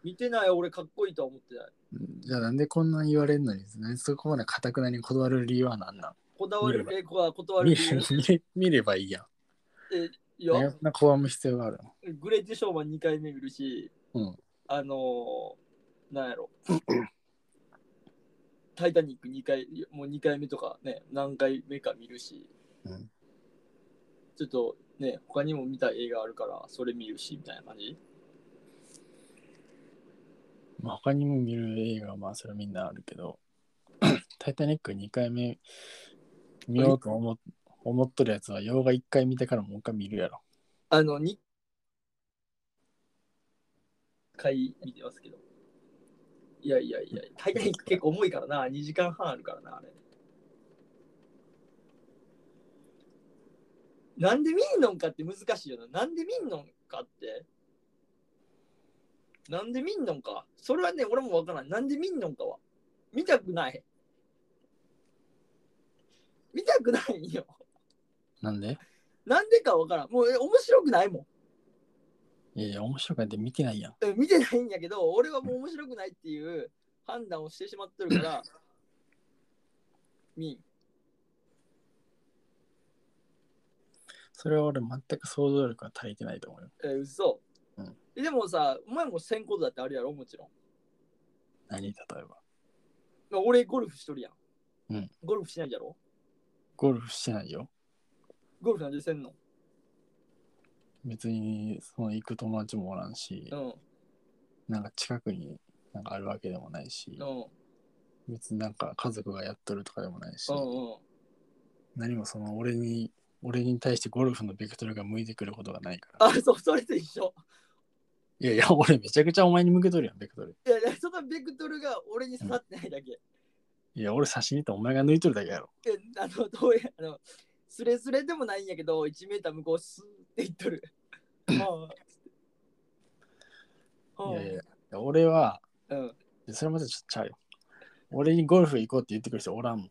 Speaker 1: 見てない俺かっこいいとは思ってない
Speaker 2: うんじゃあなんでこんなん言われるのに、なんでそこまでかたくなにこだわる理由は何なん
Speaker 1: こだわる
Speaker 2: 見
Speaker 1: えこは断る
Speaker 2: 見
Speaker 1: 理由
Speaker 2: れ見ればいいや
Speaker 1: い
Speaker 2: ん。
Speaker 1: や
Speaker 2: なんでそんな拒む必要があるの
Speaker 1: グレーテショーマン2回目見るし、
Speaker 2: うん
Speaker 1: あのー、なんやろ、 タイタニック2回、もう2回目とかね、何回目か見るし、
Speaker 2: うん
Speaker 1: ちょっとね、他にも見たい映画あるから、それ見るし、みたいな感じ。
Speaker 2: まあ、他にも見る映画はまあそれはみんなある けど、タイタニック2回目見ようと思っ思っとるやつは、洋画1回見てからもう一回見るやろ。
Speaker 1: あの、2回見てますけど。いやいやいや、タイタニック結構重いからな、2時間半あるからな、あれ。なんで見んのんかって難しいよな。なんで見んのんかって。なんで見んのんか。それはね、俺もわからん。なんで見んのんかは。見たくない。見たくないよ。
Speaker 2: なんで
Speaker 1: なんでかわからん。もうえ面白くないもん。
Speaker 2: いやいや、面白くないって見てないやん。
Speaker 1: うん見てないんやけど俺はもう面白くないっていう判断をしてしまってるからみん
Speaker 2: それは俺全く想像力が足りてないと思うよ。
Speaker 1: えー、嘘、
Speaker 2: うん
Speaker 1: えでもさお前もせんことだってあるやろもちろん
Speaker 2: 何例えば。
Speaker 1: まあ俺ゴルフしとるやん、
Speaker 2: うん
Speaker 1: ゴルフしないやろ
Speaker 2: ゴルフしてないよ。
Speaker 1: ゴルフなんでせんの
Speaker 2: 別にその行く友達もおらんし
Speaker 1: う、ん
Speaker 2: なんか近くになんかあるわけでもないし
Speaker 1: う、ん
Speaker 2: 別になんか家族がやっとるとかでもないし
Speaker 1: う、んうん
Speaker 2: 何もその俺に、俺に対してゴルフのベクトルが向いてくることがないから。
Speaker 1: あそうそれと一緒
Speaker 2: いやいや、俺めちゃくちゃお前に向けとるやん、ベクトル。
Speaker 1: いやいやそのベクトルが俺に刺さってないだけ、
Speaker 2: いや、俺差しに行ってお前が抜いとるだけやろ。
Speaker 1: えあのどうやあのスレスレでもないんやけど1メーター向こうスーっていっとるああああ
Speaker 2: いやいやいや、俺は、
Speaker 1: うん
Speaker 2: それまでちょっとちゃうよ。俺にゴルフ行こうって言ってくる人おらんもん。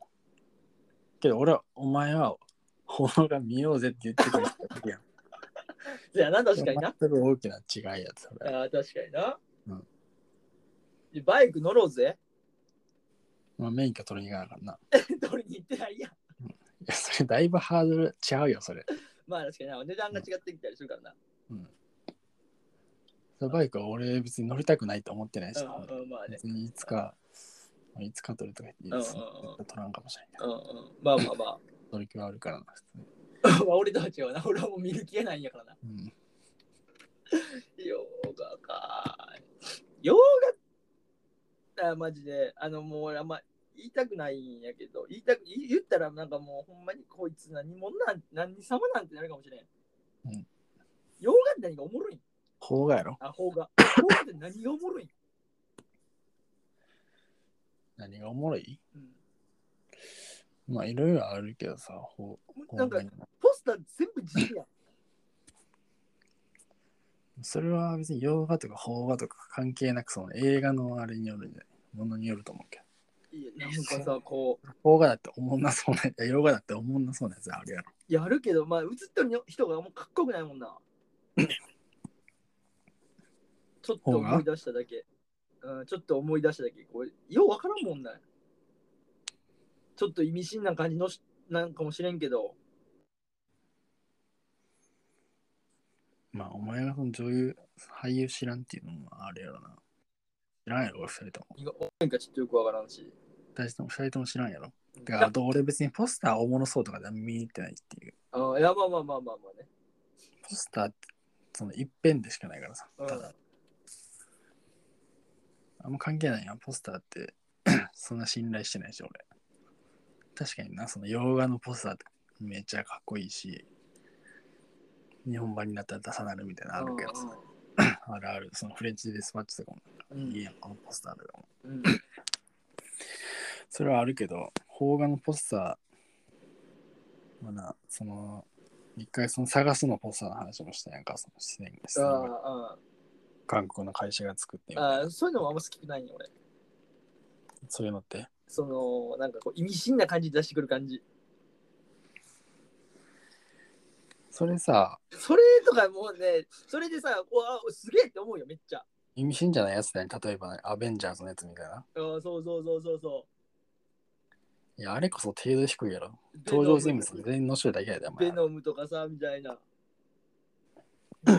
Speaker 2: けど俺は、お前は、ほのが見ようぜって言ってくる人いるやん。
Speaker 1: そやな、 確かにな。
Speaker 2: 全く大きな違いやつ。それ
Speaker 1: ああ、確かにな。
Speaker 2: うん
Speaker 1: でバイク乗ろうぜ。
Speaker 2: まあ、免許取りに行かなあかんな。
Speaker 1: 取りに行ってないやん。
Speaker 2: いや、それだいぶハードル違うよ、それ。
Speaker 1: まあ確かにな。値段が違ってきたりするからな。
Speaker 2: そのバイクは俺別に乗りたくないと思ってないし、
Speaker 1: うんうん、まあね。
Speaker 2: 別にいつか、まあいつか取るとか言っていつ
Speaker 1: うんうんうん
Speaker 2: 絶対取らんかもしれんけ
Speaker 1: う
Speaker 2: ど、
Speaker 1: んうん、まあまあまあ。
Speaker 2: 取り気はあるからな、普通に。
Speaker 1: まあ 俺とは違うな。俺はもう見る気がないんやからな。
Speaker 2: うん。
Speaker 1: ヨガか。ヨガあマジで、あのもう俺あんま言いたくないんやけど、言いたく言言ったらなんかもうほんまにこいつ何者なん何様なんてなるかもしれん。
Speaker 2: うん
Speaker 1: ヨガって何がおもろいん
Speaker 2: 方がやろ。
Speaker 1: あ、ほうが。ほうがって何がおもろいん
Speaker 2: 何がおもろい
Speaker 1: うん
Speaker 2: まあいろいろあるけどさ、ほう
Speaker 1: なんか
Speaker 2: ほうがいいな
Speaker 1: ポスター全部自由やん。
Speaker 2: それは別に洋画とか邦画とか関係なくその映画のあれによるんじゃないものによると思うけ
Speaker 1: い やなんかさ、こう、
Speaker 2: ど。邦画だっておもんなそうな、 いや洋画だっておもんなそうなやつあるやろ。
Speaker 1: やるけど、まあ、映ってる人がもうかっこよくないもんな。ちょっと思い出しただけ。うん、ちょっと思い出しただけ。これ、ようわからんもんな。ちょっと意味深な感じのしなんかもしれんけど、
Speaker 2: まあ、お前がその女優、俳優知らんっていうのもあるやろな。知らんやろ、二人とも。
Speaker 1: いやなんかちょっとよくわからんし。
Speaker 2: 二人とも、二人とも知らんやろ。
Speaker 1: い
Speaker 2: だから、
Speaker 1: や
Speaker 2: あと俺別にポスターおもろそうとかで見に行ってないっていう。
Speaker 1: あーいやまあまあまあまあまあね。
Speaker 2: ポスターって、その一遍でしかないからさ。
Speaker 1: うん
Speaker 2: ただ、あんま関係ないやん。ポスターって、 そんな信頼してないし、俺。確かにな、その洋画のポスターってめっちゃかっこいいし、日本版になったら出さなるみたいなのあるけどさ。あるある、そのフレンチディスパッチとかも
Speaker 1: うんう
Speaker 2: いい
Speaker 1: ん
Speaker 2: やん、このポスターとかも。
Speaker 1: うん
Speaker 2: それはあるけど、邦画のポスター、まあな、その、一回その探すのポスターの話もしたやんか、その自然
Speaker 1: あー
Speaker 2: に
Speaker 1: あ
Speaker 2: 韓国の会社が作って
Speaker 1: ー、あーそういうのもあんま好きくないね俺。
Speaker 2: そういうのって。
Speaker 1: そのなんかこう意味深な感じ出してくる感じ。
Speaker 2: それさ、
Speaker 1: それとかもうね、それでさ、うわすげえって思うよめっちゃ。
Speaker 2: 意味深じゃないやつだよ、例えば、ね、アベンジャーズのやつみたいな。
Speaker 1: あーそうそうそうそうそ
Speaker 2: いや、あれこそ程度低いやろ。
Speaker 1: う。
Speaker 2: 登場人物全員のしだけやで、お前
Speaker 1: ベ。ノムとかさ、みたいな。ギャー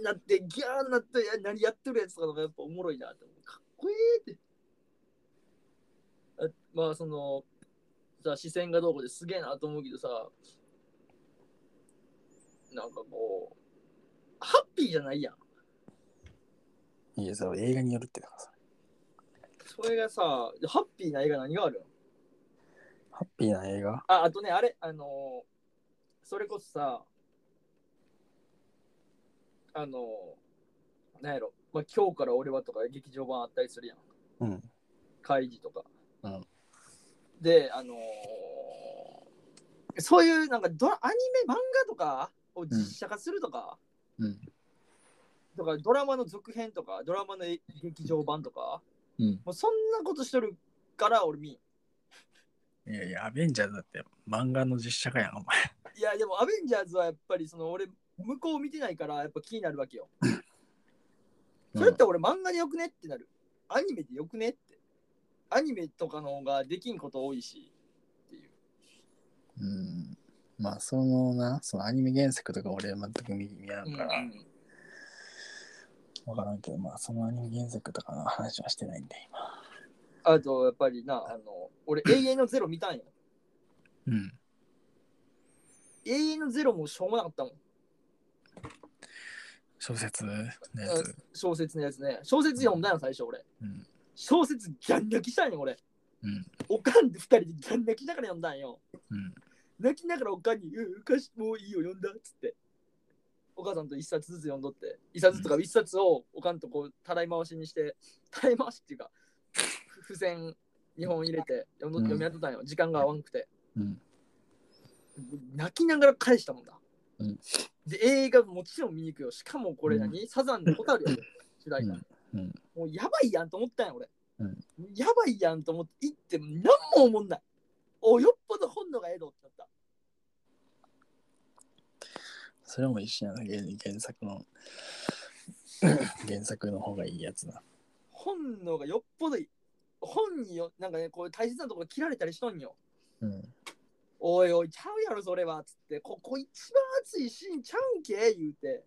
Speaker 1: ンなって、ギャーンなって、いや何やってるやつとかのがやっぱおもろいなって思う。かっこいいって。あまあ、その、さ、視線がどうこうですげえなと思うけどさ、なんかこう、ハッピーじゃないやん。
Speaker 2: いや、それ映画によるってだからさ。
Speaker 1: それがさ、ハッピーな映画何があるの
Speaker 2: ハッピーな映画
Speaker 1: あ、あとね、あれ、あのーそれこそさ、あのーなんやろ、まあ、今日から俺はとか劇場版あったりするやん。
Speaker 2: うん。
Speaker 1: 会議とか。
Speaker 2: うん
Speaker 1: で、あのーそういうなんかドラアニメ、漫画とかを実写化するとか、
Speaker 2: うん。
Speaker 1: とかドラマの続編とか、ドラマのえ劇場版とか、
Speaker 2: うん。
Speaker 1: もうそんなことしとるから俺見ん
Speaker 2: いやいや、アベンジャーズだって漫画の実写化やん、お前。
Speaker 1: いやでもアベンジャーズはやっぱりその俺向こう見てないからやっぱ気になるわけよ。それって俺漫画でよくねってなる。アニメでよくねって。アニメとかの方ができんこと多いし。
Speaker 2: うん。まあ、そのな、そのアニメ原作とか俺は全く見見やんから、わからんけど、まあ、そのアニメ原作とかの話はしてないんで、今。
Speaker 1: あとやっぱりな、あの俺永遠のゼロ見たんよ。
Speaker 2: うん。
Speaker 1: 永遠のゼロもしょうもなかったもん。
Speaker 2: 小説のやつ。
Speaker 1: 小説のやつね。小説読んだよ最初俺。
Speaker 2: うん。
Speaker 1: 小説ギャン泣きしたんよ俺。
Speaker 2: うん。
Speaker 1: おかんで二人でギャン泣きながら読んだんよ。
Speaker 2: うん。
Speaker 1: 泣きながらおかんに、うん、かしもういいよ、読んだっつって。お母さんと一冊ずつ読んどって、一冊とか一冊をおかんとこう、たらい回しにして、たらい回しっていうか、ふ付箋2本入れて読んど
Speaker 2: うん
Speaker 1: 読み合ってたんよ。時間が合わんくて。
Speaker 2: うん。
Speaker 1: 泣きながら返したもんだ。
Speaker 2: うん
Speaker 1: で、映画もちろん見に行くよ。しかもこれ何、サザンでホタルやで、主題歌。
Speaker 2: うんうん
Speaker 1: もうやばいやんと思ったんよ、俺。
Speaker 2: うん
Speaker 1: やばいやんと思って行っても何も思んない。およっぽど本のがええのってなった。
Speaker 2: それも一緒やな、原原 作の。原作の方がいいやつな。
Speaker 1: 本能がよっぽどいい本によなんかねこういう大切なとこ切られたりしとんよ
Speaker 2: うん。
Speaker 1: おいおいちゃうやろそれはつってここ一番熱いシーンちゃうんけ言うて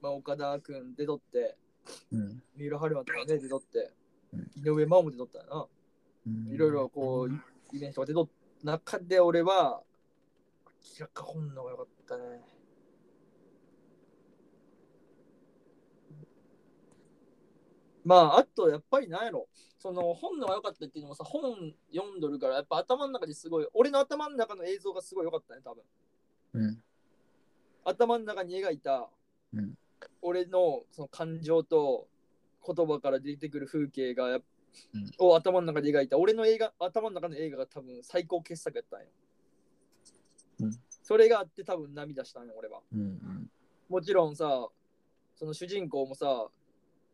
Speaker 1: まあ岡田君出とって
Speaker 2: うん。
Speaker 1: 三浦春馬とかね出とって
Speaker 2: うん
Speaker 1: 井上真央も出とったよな
Speaker 2: うん
Speaker 1: いろいろこうイベントが出とった中で俺は明らか本能が良かったねまああとやっぱりなんやろその本能が良かったっていうのもさ本読んどるからやっぱ頭の中ですごい俺の頭の中の映像がすごい良かったね多分
Speaker 2: うん。
Speaker 1: 頭の中に描いた
Speaker 2: うん
Speaker 1: 俺のその感情と言葉から出てくる風景がやっ
Speaker 2: うん
Speaker 1: を頭の中で描いた俺の映画頭の中の映画が多分最高傑作やったんよ、
Speaker 2: うん
Speaker 1: それがあって多分涙したんよ俺は
Speaker 2: うん。うん。
Speaker 1: もちろんさその主人公もさ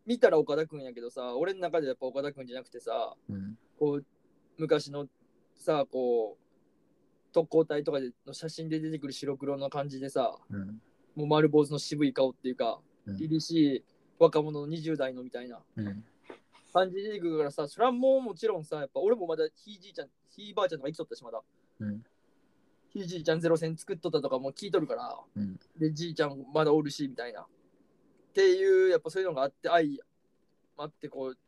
Speaker 1: 見たら岡田君やけどさ俺の中でやっぱ岡田君じゃなくてさ
Speaker 2: うん。
Speaker 1: こう昔のさこう特攻隊とかでの写真で出てくる白黒の感じでさ
Speaker 2: うん。
Speaker 1: もう丸坊主の渋い顔っていうか、
Speaker 2: うん
Speaker 1: 凛々しい若者の20代のみたいな
Speaker 2: うん。
Speaker 1: 感じで出てくるからさ、それはもうもちろんさ、やっぱ俺もまだひいじいちゃん、ひいばあちゃんとか生きとったし、まだ。
Speaker 2: うん
Speaker 1: ひいじいちゃんゼロ戦作っとったとかも聞いとるから、
Speaker 2: うん
Speaker 1: でじいちゃんまだおるしみたいなっていうやっぱそういうのがあって愛あってこう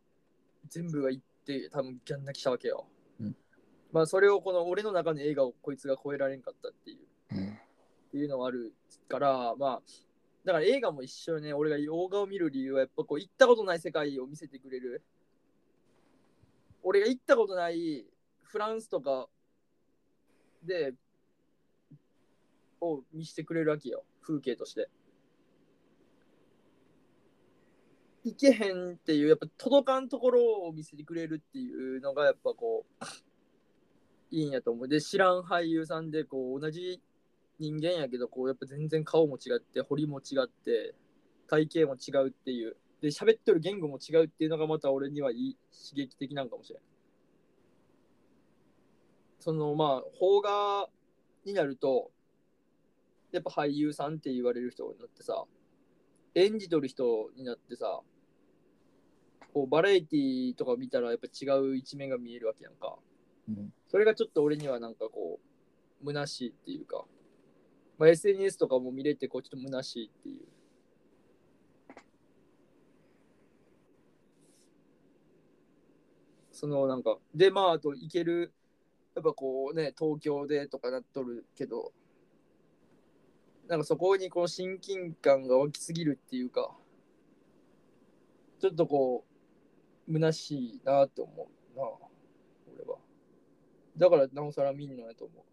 Speaker 1: 全部がいって多分ギャン泣きしたわけよ、
Speaker 2: うん
Speaker 1: まあそれをこの俺の中の映画をこいつが超えられんかったっていう
Speaker 2: うん。
Speaker 1: っていうのはあるから、まあ、だから映画も一緒よね、俺が洋画を見る理由は、やっぱこう、行ったことない世界を見せてくれる。俺が行ったことないフランスとかで、を見せてくれるわけよ、風景として。行けへんっていう、やっぱ届かんところを見せてくれるっていうのが、やっぱこう、いいんやと思う。で、知らん俳優さんで、こう、同じ人間やけどこうやっぱ全然顔も違って彫りも違って体型も違うっていうで喋ってる言語も違うっていうのがまた俺にはいい刺激的なんかもしれんそのまあ邦画になるとやっぱ俳優さんって言われる人になってさ演じとる人になってさこうバラエティーとか見たらやっぱ違う一面が見えるわけやんか
Speaker 2: うん
Speaker 1: それがちょっと俺にはなんかこう虚しいっていうかまあ、SNS とかも見れて、こうちょっと虚しいっていう。そのなんか、で、まあ、あと行ける、やっぱこうね、東京でとかなっとるけど、なんかそこにこう親近感が湧きすぎるっていうか、ちょっとこう、虚しいなと思うな、俺は。だからなおさら見んのやと思う。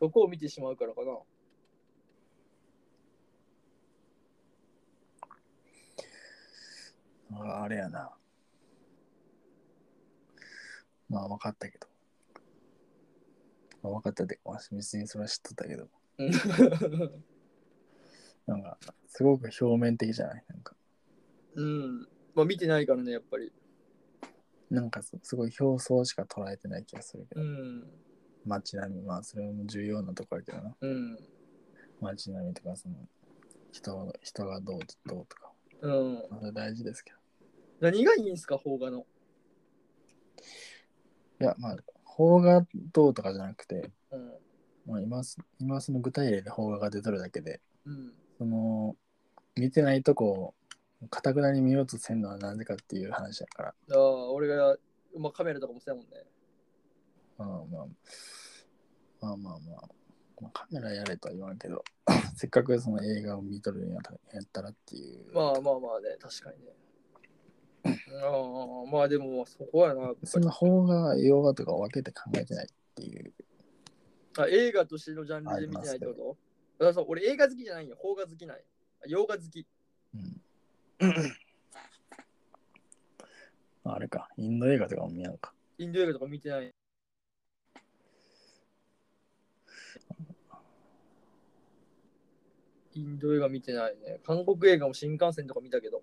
Speaker 1: そこを見てしまうからかな。
Speaker 2: ああれやな。まあ分かったけど。まあ、分かったってか、別にそれは知っとったけど。なんか、すごく表面的じゃないなんか、
Speaker 1: うん。まあ見てないからね、やっぱり。
Speaker 2: なんかすすごい表層しか捉えてない気がするけ
Speaker 1: う
Speaker 2: ど。
Speaker 1: ん。
Speaker 2: 街並み、まあそれも重要なところやけどな。
Speaker 1: うん。
Speaker 2: 街並みとか、その、人の人がどうどうとか。
Speaker 1: うん。
Speaker 2: まあそれ大事ですけど。
Speaker 1: 何がいいんすか、邦画の。
Speaker 2: いや、まあ、邦画どうとかじゃなくて、
Speaker 1: うん。
Speaker 2: まあ、今す、今その具体例で邦画が出とるだけで、
Speaker 1: うん。
Speaker 2: その見てないとこをかたくなに見ようとせんのはなぜかっていう話だか
Speaker 1: ああ、俺が、まあカメラとかもそうやもんね。
Speaker 2: ら、まあまあ、まあまあまあ、まあ、カメラやれとは言わんけど せっかくその映画を見とるんやったやったらっていう、
Speaker 1: まあまあまあね、確かにね。ああ、まあでも、そこやな、やっぱ
Speaker 2: そん
Speaker 1: り
Speaker 2: な方が洋画とか分けて考えてないっていう
Speaker 1: あ映画としてのジャンルで見てないってことだからそう俺映画好きじゃないよ、邦画好きない。あ洋画好き。
Speaker 2: あれかインド映画とかも見やんか
Speaker 1: インド映画とか見てない。インド映画見てないね。韓国映画も新幹線とか見たけど。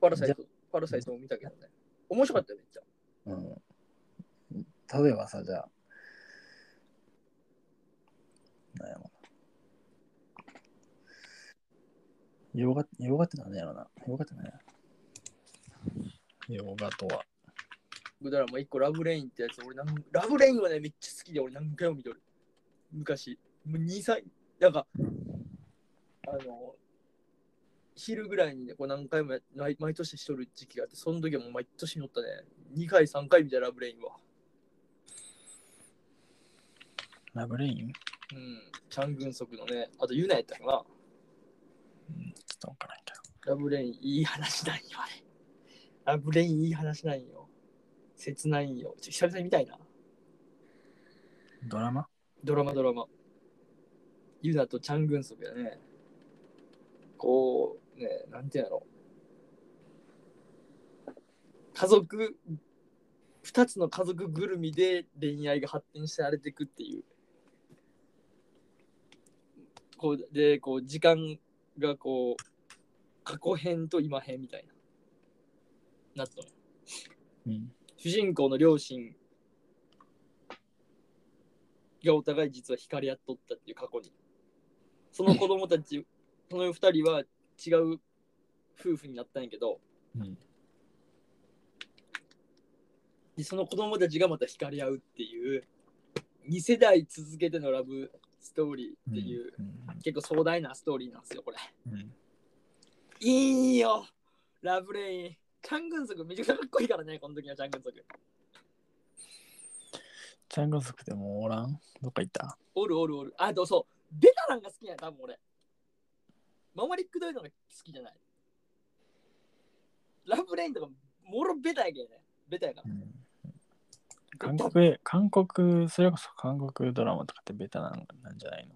Speaker 1: パラサイト、パラサイトも見たけどね。面白かったよ、めっちゃ。
Speaker 2: うん例えばさじゃあなんやろな洋画洋画ってなんやろな洋画ってなんや洋画とは
Speaker 1: 僕ドラマ1個ラブレインってやつ、俺なん、ラブレインはね、めっちゃ好きで俺何回も見とる。昔。もう2歳、なんか、あの、昼ぐらいにね、こう何回もや毎毎年しとる時期があって、その時はもう毎年乗ったね。2回、3回見たラブレインは。
Speaker 2: ラブレイン
Speaker 1: うん、チャン・グンソクのね、あとユナやったかな。
Speaker 2: ちょっとわからんけど
Speaker 1: ラブレインいい話なんよ、あれ。ラブレインいい話なんよ。切ないんよ。ちょ久々に見たいな。
Speaker 2: ドラマ
Speaker 1: ドラマドラマ。ユナとチャン・グンソクやね。こう、ね、なんていうんやろ。家族、二つの家族ぐるみで恋愛が発展して荒れていくっていう。こう、で、こう、時間がこう、過去編と今編みたいな。なったの。
Speaker 2: うん
Speaker 1: 主人公の両親がお互い実は惹かれ合っとったっていう過去にその子供たちその二人は違う夫婦になったんやけど
Speaker 2: うん
Speaker 1: でその子供たちがまた惹かれ合うっていう2世代続けてのラブストーリーっていう、
Speaker 2: う
Speaker 1: 結構壮大なストーリーなんですよこれ
Speaker 2: んうん
Speaker 1: いいよラブレインチャングンソクめちゃくちゃかっこいいからねこの時のチャングンソク
Speaker 2: チャングンソクでもおらんどっか行った
Speaker 1: おるおるおるあとそうベタランが好きなんや多分俺ママリック・ドイドが好きじゃないラブレインとかもろベタやけどねベタやか
Speaker 2: うん
Speaker 1: ら
Speaker 2: 韓国へ韓国それこそ韓国ドラマとかってベタなんなんじゃないの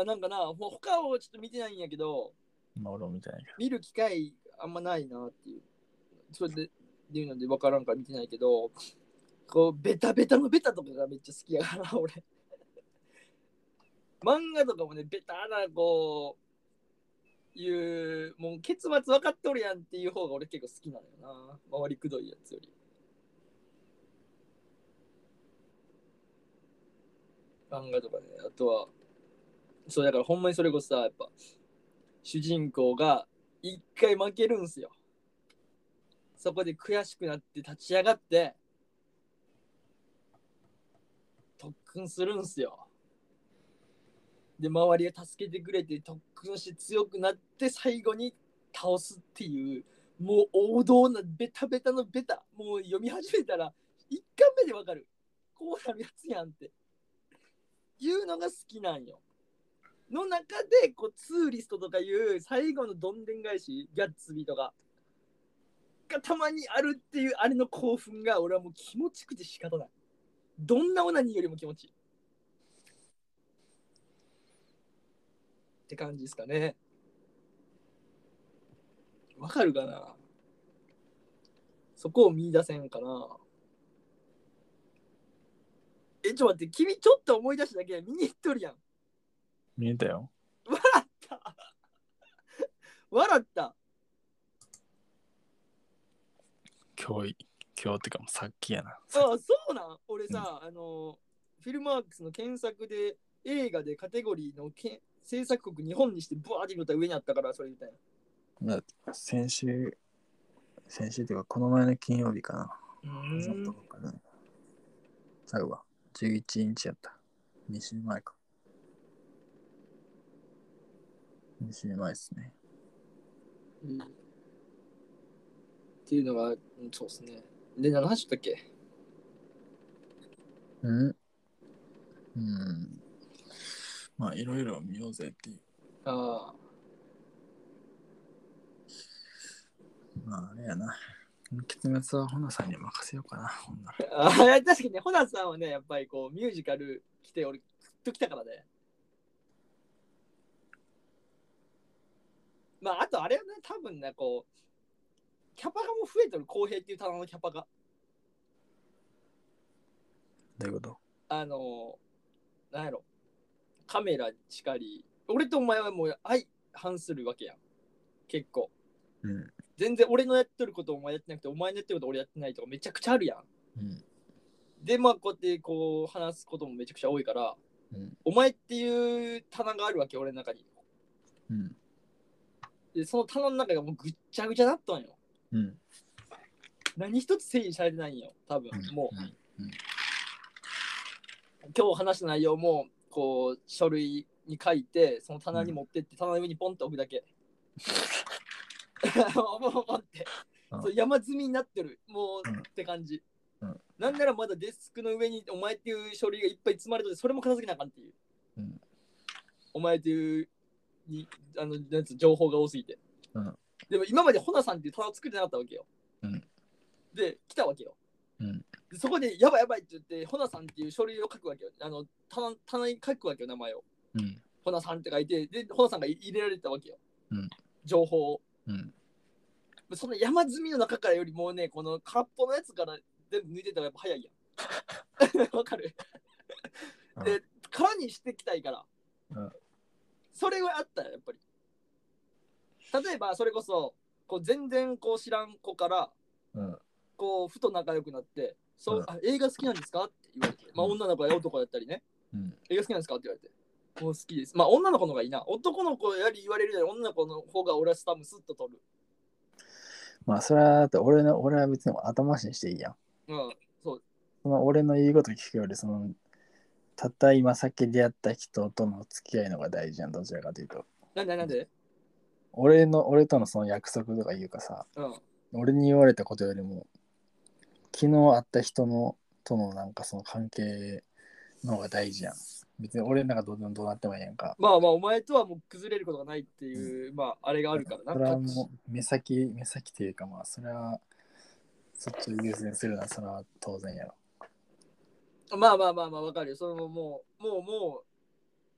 Speaker 1: あなんかなほ他をちょっと見てないんやけど
Speaker 2: 今俺も見てないけ
Speaker 1: 見る機会あんまないなっていう。それで、っていうので分からんから見てないけど、こう、ベタベタのベタとかがめっちゃ好きやから、俺。漫画とかもね、ベタな、こう、いう、もう結末分かっとるやんっていう方が俺結構好きなのよな。周りくどいやつより。漫画とかね、あとは、そうだからほんまにそれこそさ、やっぱ、主人公が一回負けるんすよ。そこで悔しくなって立ち上がって特訓するんすよ。で周りが助けてくれて特訓して強くなって最後に倒すっていうもう王道なベタベタのベタもう読み始めたら一巻目でわかるこうなるやつやんっていうのが好きなんよ。の中でこうツーリストとかいう最後のどんでん返しギャッツビーとかがたまにあるっていうあれの興奮が俺はもう気持ちくて仕方ないどんなオナニーよりも気持ちいいって感じですかねわかるかなそこを見出せんかなえちょっと待って君ちょっと思い出しただけで見に行っとるやん
Speaker 2: ど見えたよ
Speaker 1: 笑った笑った
Speaker 2: 今日い今日ってかもうさっきやな
Speaker 1: あそうなん俺さ、あのフィルマークスの検索で映画でカテゴリーのけ制作国日本にしてブワーって言ったら上にあったからそれみたい
Speaker 2: だ先週先週っていうかこの前の金曜日かな
Speaker 1: な
Speaker 2: ちょっとどっかね最後は11日やった。2週前か。2週前ですね。
Speaker 1: うんっていうのがうんそうですねで何の話だったっけ
Speaker 2: うんうん。まあ、いろいろ見ようぜっていう。
Speaker 1: ああ
Speaker 2: まあ、あれやな。結末はほなさんに任せようかな。ほんなら
Speaker 1: あ ー確かにねホナさんはねやっぱりこうミュージカル来て俺グッと来たからねまああとあれはね多分ねこうキャパがもう増えてる公平っていう棚のキャパが
Speaker 2: どういうこと
Speaker 1: あのーなんやろカメラしかり俺とお前はもう相反するわけやん結構
Speaker 2: うん。
Speaker 1: 全然俺のやってることお前やってなくてお前のやってること俺やってないとかめちゃくちゃあるやん
Speaker 2: うん。
Speaker 1: でまあこうやってこう話すこともめちゃくちゃ多いから、
Speaker 2: うん
Speaker 1: お前っていう棚があるわけ俺の中に
Speaker 2: うん。
Speaker 1: でその棚の中がもうぐっちゃぐちゃだったんよ
Speaker 2: うん。
Speaker 1: 何一つ整理されてないんよ多分
Speaker 2: うん
Speaker 1: もう、
Speaker 2: うん
Speaker 1: 今日話した内容もこう書類に書いてその棚に持ってって、棚の上にポンと置く だけもうポンって
Speaker 2: うん
Speaker 1: そう山積みになってるもう、
Speaker 2: うん
Speaker 1: って感じ、
Speaker 2: うん
Speaker 1: なんならまだデスクの上にお前っていう書類がいっぱい積まれててそれも片付けなあかんっていう、
Speaker 2: うん
Speaker 1: お前っていうにあのなんつう情報が多すぎて、
Speaker 2: うん
Speaker 1: でも今までホナさんっていう棚を作ってなかったわけよ、
Speaker 2: うん
Speaker 1: で来たわけよ、
Speaker 2: うん
Speaker 1: でそこでやばいやばいって言ってホナさんっていう書類を書くわけよあの棚棚に書くわけよ名前を
Speaker 2: うん。
Speaker 1: ホナさんって書いてでホナさんが入れられてたわけよ、
Speaker 2: うん
Speaker 1: 情報を
Speaker 2: うん。
Speaker 1: その山積みの中からよりもね、この空っぽのやつから全部抜いてたらやっぱ早いやん。わ かる
Speaker 2: うん
Speaker 1: で、空にしてきたいから。
Speaker 2: うん
Speaker 1: それはあったよ、やっぱり。例えば、それこそ、こう全然こう知らん子から、
Speaker 2: うん。
Speaker 1: こう、ふと仲良くなって、そう
Speaker 2: うん
Speaker 1: あ映画好きなんですかって言われて、まあ、
Speaker 2: うん
Speaker 1: 女の子や男だったりね、
Speaker 2: うん。
Speaker 1: 映画好きなんですかって言われて、もう好きです。まあ、女の子の方がいいな。男の子やり言われるより女の子の方が俺は多分スッと取る。
Speaker 2: まあ、それはだって俺の、俺は別に後回しにしていいやん。
Speaker 1: うん、そう
Speaker 2: その俺の言うこと聞くより、その、たった今さっき出会った人との付き合いの方が大事じゃん、どちらかというと。
Speaker 1: なんでなんで
Speaker 2: 俺の、俺とのその約束とかいうかさ、
Speaker 1: うん。
Speaker 2: 俺に言われたことよりも、昨日会った人の、とのなんかその関係の方が大事やん。別に俺なんかどうでもどうなってもいいやんか。
Speaker 1: まあまあ、お前とはもう崩れることがないっていう、まあ、あれがあるから
Speaker 2: それは
Speaker 1: な。
Speaker 2: もう目先、目先というかまあ、それは、そっちを優先するのはそれは当然やろ。
Speaker 1: まあまあまあまあ、わかるよ。そのもう、もう、も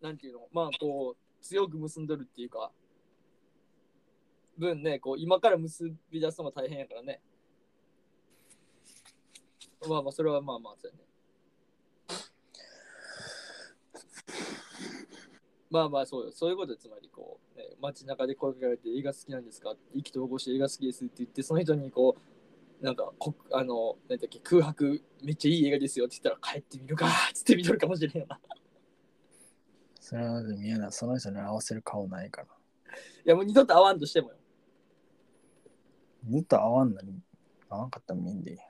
Speaker 1: う、なんていうの、まあ、こう、強く結んどるっていうか、分ね、こう、今から結び出すのが大変やからね。まあまあ、それはまあまあ、そうやね。まあまあ、そうよ。そういうことで、つまり、こう、ね、街中で声かけられて、映画好きなんですか意気投合して映画好きですって言って、その人に、こう、なんかこあのなんだっけ空白めっちゃいい映画ですよって言ったら帰ってみるか っつって見とるかもしれんよな。
Speaker 2: それはでも嫌な、その人に合わせる顔ないから。
Speaker 1: いやもう二度と会わんとしてもよ。
Speaker 2: ずっと合わんのに、合わんかったら見んでいいやん。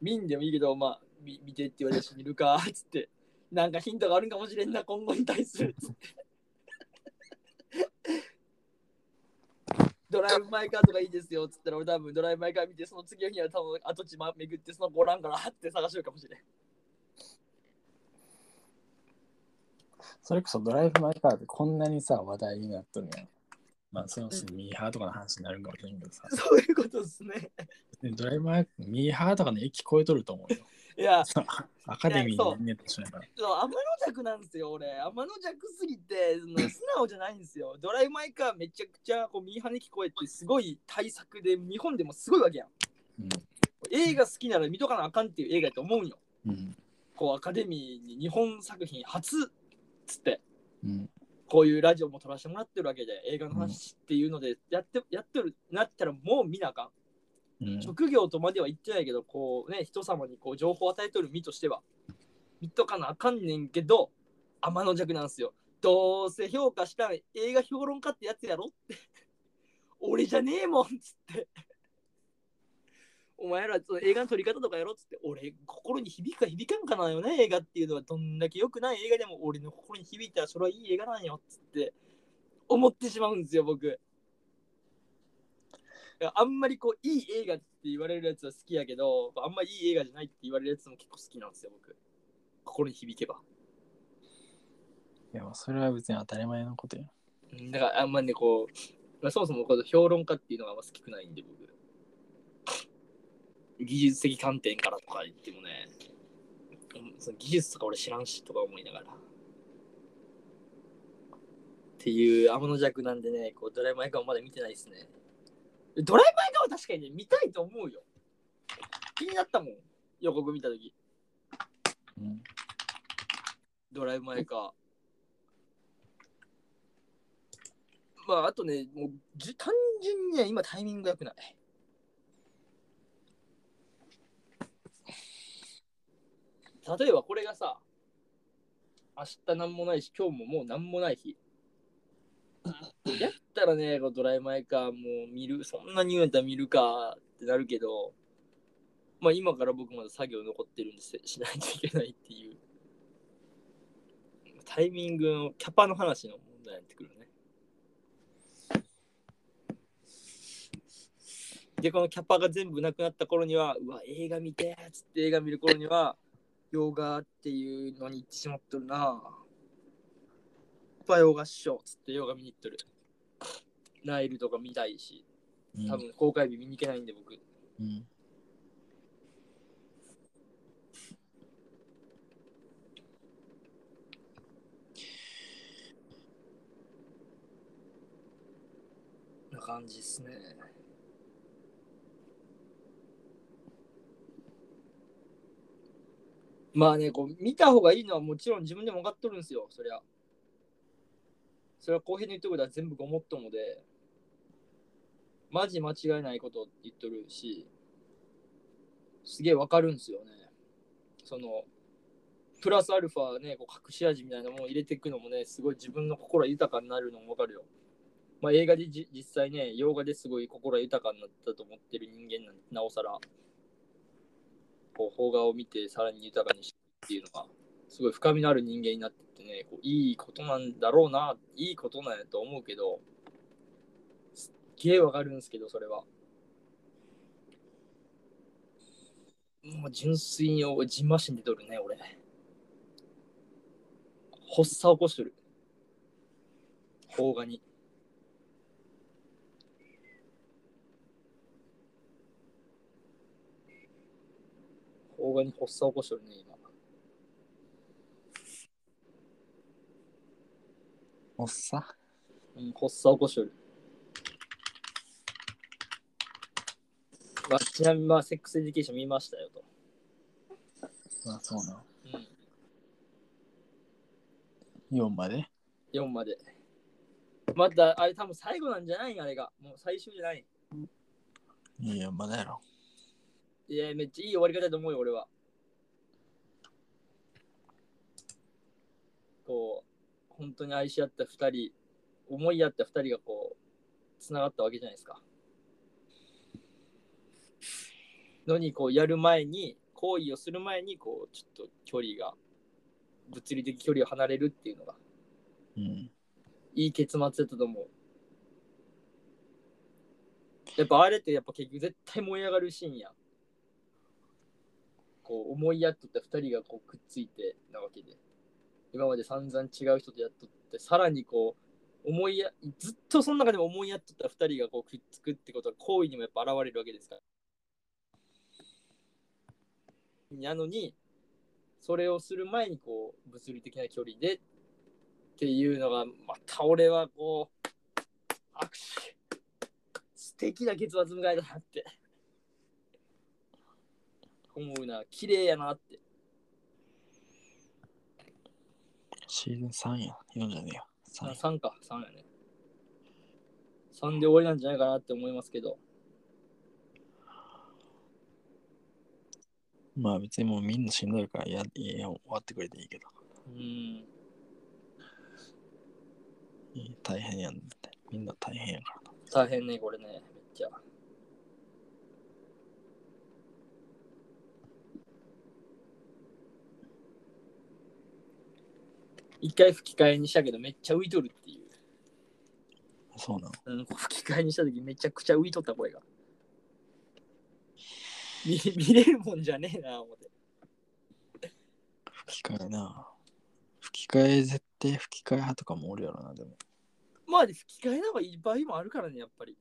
Speaker 1: 見んでもいいけど、まあ見見てって言われて見るかっつって。なんかヒントがあるんかもしれんな今後に対する っつって。ドライブ・マイ・カーとかいいですよっつったら俺多分ドライブ・マイ・カー見てその次の日は多分跡地ま巡ってそのご覧からって探しよるかもしれん。
Speaker 2: それこそドライブ・マイ・カーでこんなにさ、話題になっとるやん。まあ、そのミーハーとかの話になるんかもしれんけどさ。
Speaker 1: そういうことですね。
Speaker 2: でドライブ・マイ・カー、ミーハーとかの駅超えとると思うよ。
Speaker 1: いや、
Speaker 2: そのあアカデミーに見えてしまうから。
Speaker 1: そう天の弱なんですよ俺天の弱すぎてその素直じゃないんですよドライマイカーめちゃくちゃこうミーハーに聞こえてすごい対策で日本でもすごいわけやん映画好きなら見とかなあかんっていう映画やと思うんよ
Speaker 2: うん。うん。
Speaker 1: こうアカデミーに日本作品初っつって
Speaker 2: うん。
Speaker 1: こういうラジオも撮らせてもらってるわけで映画の話っていうのでやって、やってるなったらもう見なあかん
Speaker 2: うん。
Speaker 1: 職業とまでは言ってないけど、こうね、人様にこう情報を与えとる身としては、見とかなあかんねんけど、天の弱なんですよ。どうせ評価したん映画評論家ってやつやろって。 俺じゃねえもんっつって。お前らその映画の撮り方とかやろっつって、俺心に響くか響かんかなんよね、映画っていうのはどんだけ良くない映画でも俺の心に響いたらそれはいい映画なんよっつって思ってしまうんですよ、僕。いやあんまりこういい映画って言われるやつは好きやけどあんまりいい映画じゃないって言われるやつも結構好きなんですよ僕心に響けば
Speaker 2: いや、まあそれは別に当たり前のことや。
Speaker 1: うんだからあんまりねこう、まあ、そもそもこの評論家っていうのがあんま好きくないんで僕技術的観点からとか言ってもねうんその技術とか俺知らんしとか思いながらっていう天の弱なんでねこうドライブ・マイ・カーもまだ見てないですねドライブ・マイ・カーは確かにね見たいと思うよ気になったもん予告見た時
Speaker 2: うん。
Speaker 1: ドライブ前か。まあ、あとね、もうじ単純にね、今タイミングが良くない。例えばこれがさ、明日なんもないし、今日ももうなんもない日。やったらね、こうドライブ前か、もう見る、そんなに言うんやったら見るかってなるけど、まあ今から僕まだ作業残ってるんでせしないといけないっていう。タイミングのキャパの話の問題になってくるね。で、このキャパが全部なくなった頃には、うわ、映画見てーっつって映画見る頃には、洋画っていうのに行ってしまっとるな。いっぱい洋画っしょっつって洋画見に行っとる。ナイルとか見たいし、
Speaker 2: うん
Speaker 1: 多分公開日見に行けないんで僕。
Speaker 2: うん。
Speaker 1: な感じですね。まあね、こう見た方がいいのはもちろん自分でも分かっとるんですよ、そりゃ。それは公平に言ってことは全部ごもっともで、マジ間違いないことを言っとるし、すげえ分かるんですよね。その、プラスアルファね、こう隠し味みたいなものを入れていくのもね、すごい自分の心豊かになるのも分かるよ。まあ、映画でじ実際ね、洋画ですごい心豊かになったと思ってる人間なんてなおさら、こう邦画を見てさらに豊かにしていくっていうのがすごい深みのある人間になってってねこういいことなんだろうないいことなんやと思うけどすっげえわかるんですけどそれはもう純粋におじんましんでとるね俺発作起こしてる邦画に邦画に発作起こしてるね今
Speaker 2: おっさ
Speaker 1: うん、発作起こしてる。まあ、ちなみに、まあ、セックスエディケーション見ましたよと。
Speaker 2: あそうな
Speaker 1: うん、
Speaker 2: の。4まで
Speaker 1: 4まで。また、あれ多分最後なんじゃないあれが。もう最終じゃない。
Speaker 2: いや、まだやろ。
Speaker 1: いや、めっちゃいい終わり方だと思うよ、俺は。こう、本当に愛し合った2人、思い合った2人がこう、つながったわけじゃないですか。のに、こう、やる前に、行為をする前に、こう、ちょっと距離が、物理的距離を離れるっていうのが、
Speaker 2: うん。
Speaker 1: いい結末だったと思う。やっぱあれってやっぱ結局絶対燃え上がるシーンやん。こう思いやっとった二人がこうくっついてなわけで。今まで散々違う人とやっとって、さらにこう思いや、ずっとその中でも思いやっとった二人がこうくっつくってことは行為にもやっぱ現れるわけですから。なのに、それをする前にこう物理的な距離でっていうのがまた俺はこう握手素敵な結末迎えだなって思うな綺麗やなって
Speaker 2: シーズン3や。4じゃねえよ。3
Speaker 1: 3か3やね3で終わりなんじゃないかなって思いますけど
Speaker 2: まあ別にもうみんなしんどいからや、いや終わってくれていいけど。
Speaker 1: うん
Speaker 2: いい大変やんって。みんな大変やからな。
Speaker 1: 大変ねこれねめっちゃ一回吹き替えにしたけどめっちゃ浮いとるっていう
Speaker 2: そうなの。
Speaker 1: うん、吹き替えにした時めちゃくちゃ浮いとった声が 見見れるもんじゃねえな思って
Speaker 2: 吹き替えな。吹き替え絶対吹き替え派とかもおるやろな、でも。
Speaker 1: まあで吹き替えの方がいい場合もあるからねやっぱり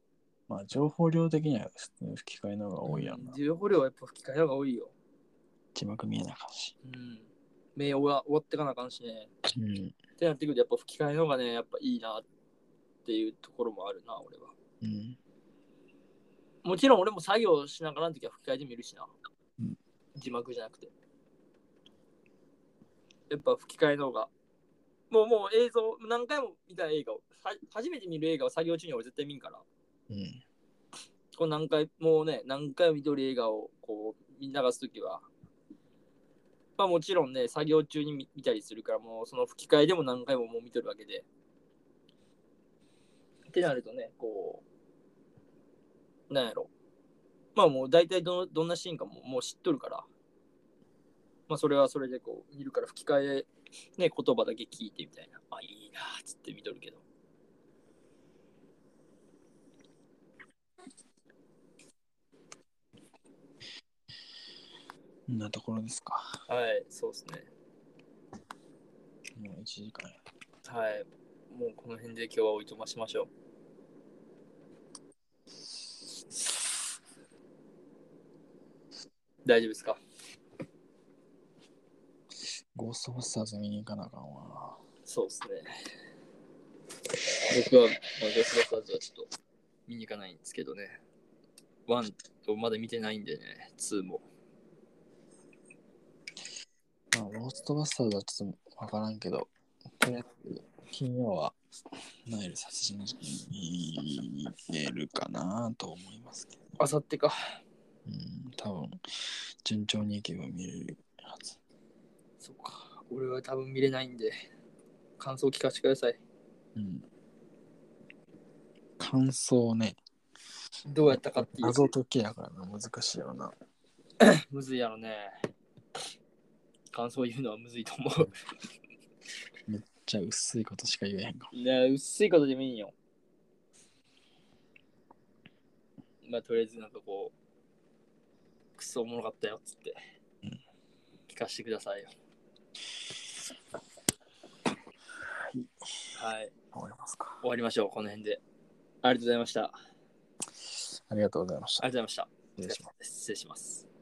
Speaker 2: まあ情報量的には普通に吹き替えの方が多いや
Speaker 1: うん
Speaker 2: な。
Speaker 1: 情報量はやっぱ吹き替えの方が多いよ
Speaker 2: 字幕見えなあかんし。
Speaker 1: うん名誉は終わってかなあかんしね
Speaker 2: うん。
Speaker 1: ってなってくるとやっぱ吹き替えの方がねやっぱいいなっていうところもあるな俺は
Speaker 2: うん。
Speaker 1: もちろん俺も作業しながらの時は吹き替えで見るしな、
Speaker 2: うん
Speaker 1: 字幕じゃなくてやっぱ吹き替えの方がもうもう映像何回も見た映画をは初めて見る映画を作業中に俺絶対見んから
Speaker 2: うん。
Speaker 1: こう何回もうね何回も見とる映画をこう見流す時はまあもちろんね作業中に見見たりするからもうその吹き替えでも何回ももう見とるわけでってなるとねこうなんやろまあもう大体どのどんなシーンかももう知っとるからまあそれはそれでこう見るから吹き替えね言葉だけ聞いてみたいなあいいなーっつって見とるけど
Speaker 2: こんなところですか。
Speaker 1: はいそうですね
Speaker 2: もう1時間や。
Speaker 1: はい。もうこの辺で今日はおいとましましょう。大丈夫ですか
Speaker 2: ゴーストバスターズ見に行かなあかんわ。
Speaker 1: そうですね。僕は、まあ、女子バスターズはちょっと見に行かないんですけどね。1をまだ見てないんでね、2も。
Speaker 2: まあ、ゴーストバスターズはちょっとわからんけど、とりあえず金曜はナイル殺人事件に行けるかなと思いますけど。
Speaker 1: あさってか。
Speaker 2: うん、多分順調に行けば見れるはず。
Speaker 1: そうか。俺は多分見れないんで、感想聞かせてください。
Speaker 2: うん。感想ね。
Speaker 1: どうやったかっていう。
Speaker 2: 謎解きやからな難しいよな。
Speaker 1: むずいやろね。感想言うのはむずいと思
Speaker 2: じゃあ薄いことしか言えへんか
Speaker 1: う。ね薄いことでもいいよ。まあ、とりあえずなんかこう、クソおもろかったよっつって、聞かせてくださいよ。
Speaker 2: い
Speaker 1: はい、
Speaker 2: も。思いますか。
Speaker 1: 終わりましょう、この辺で。ありがとうございました。あり
Speaker 2: ありがとうございました。
Speaker 1: がとうございました。
Speaker 2: 失礼します。
Speaker 1: 失礼します。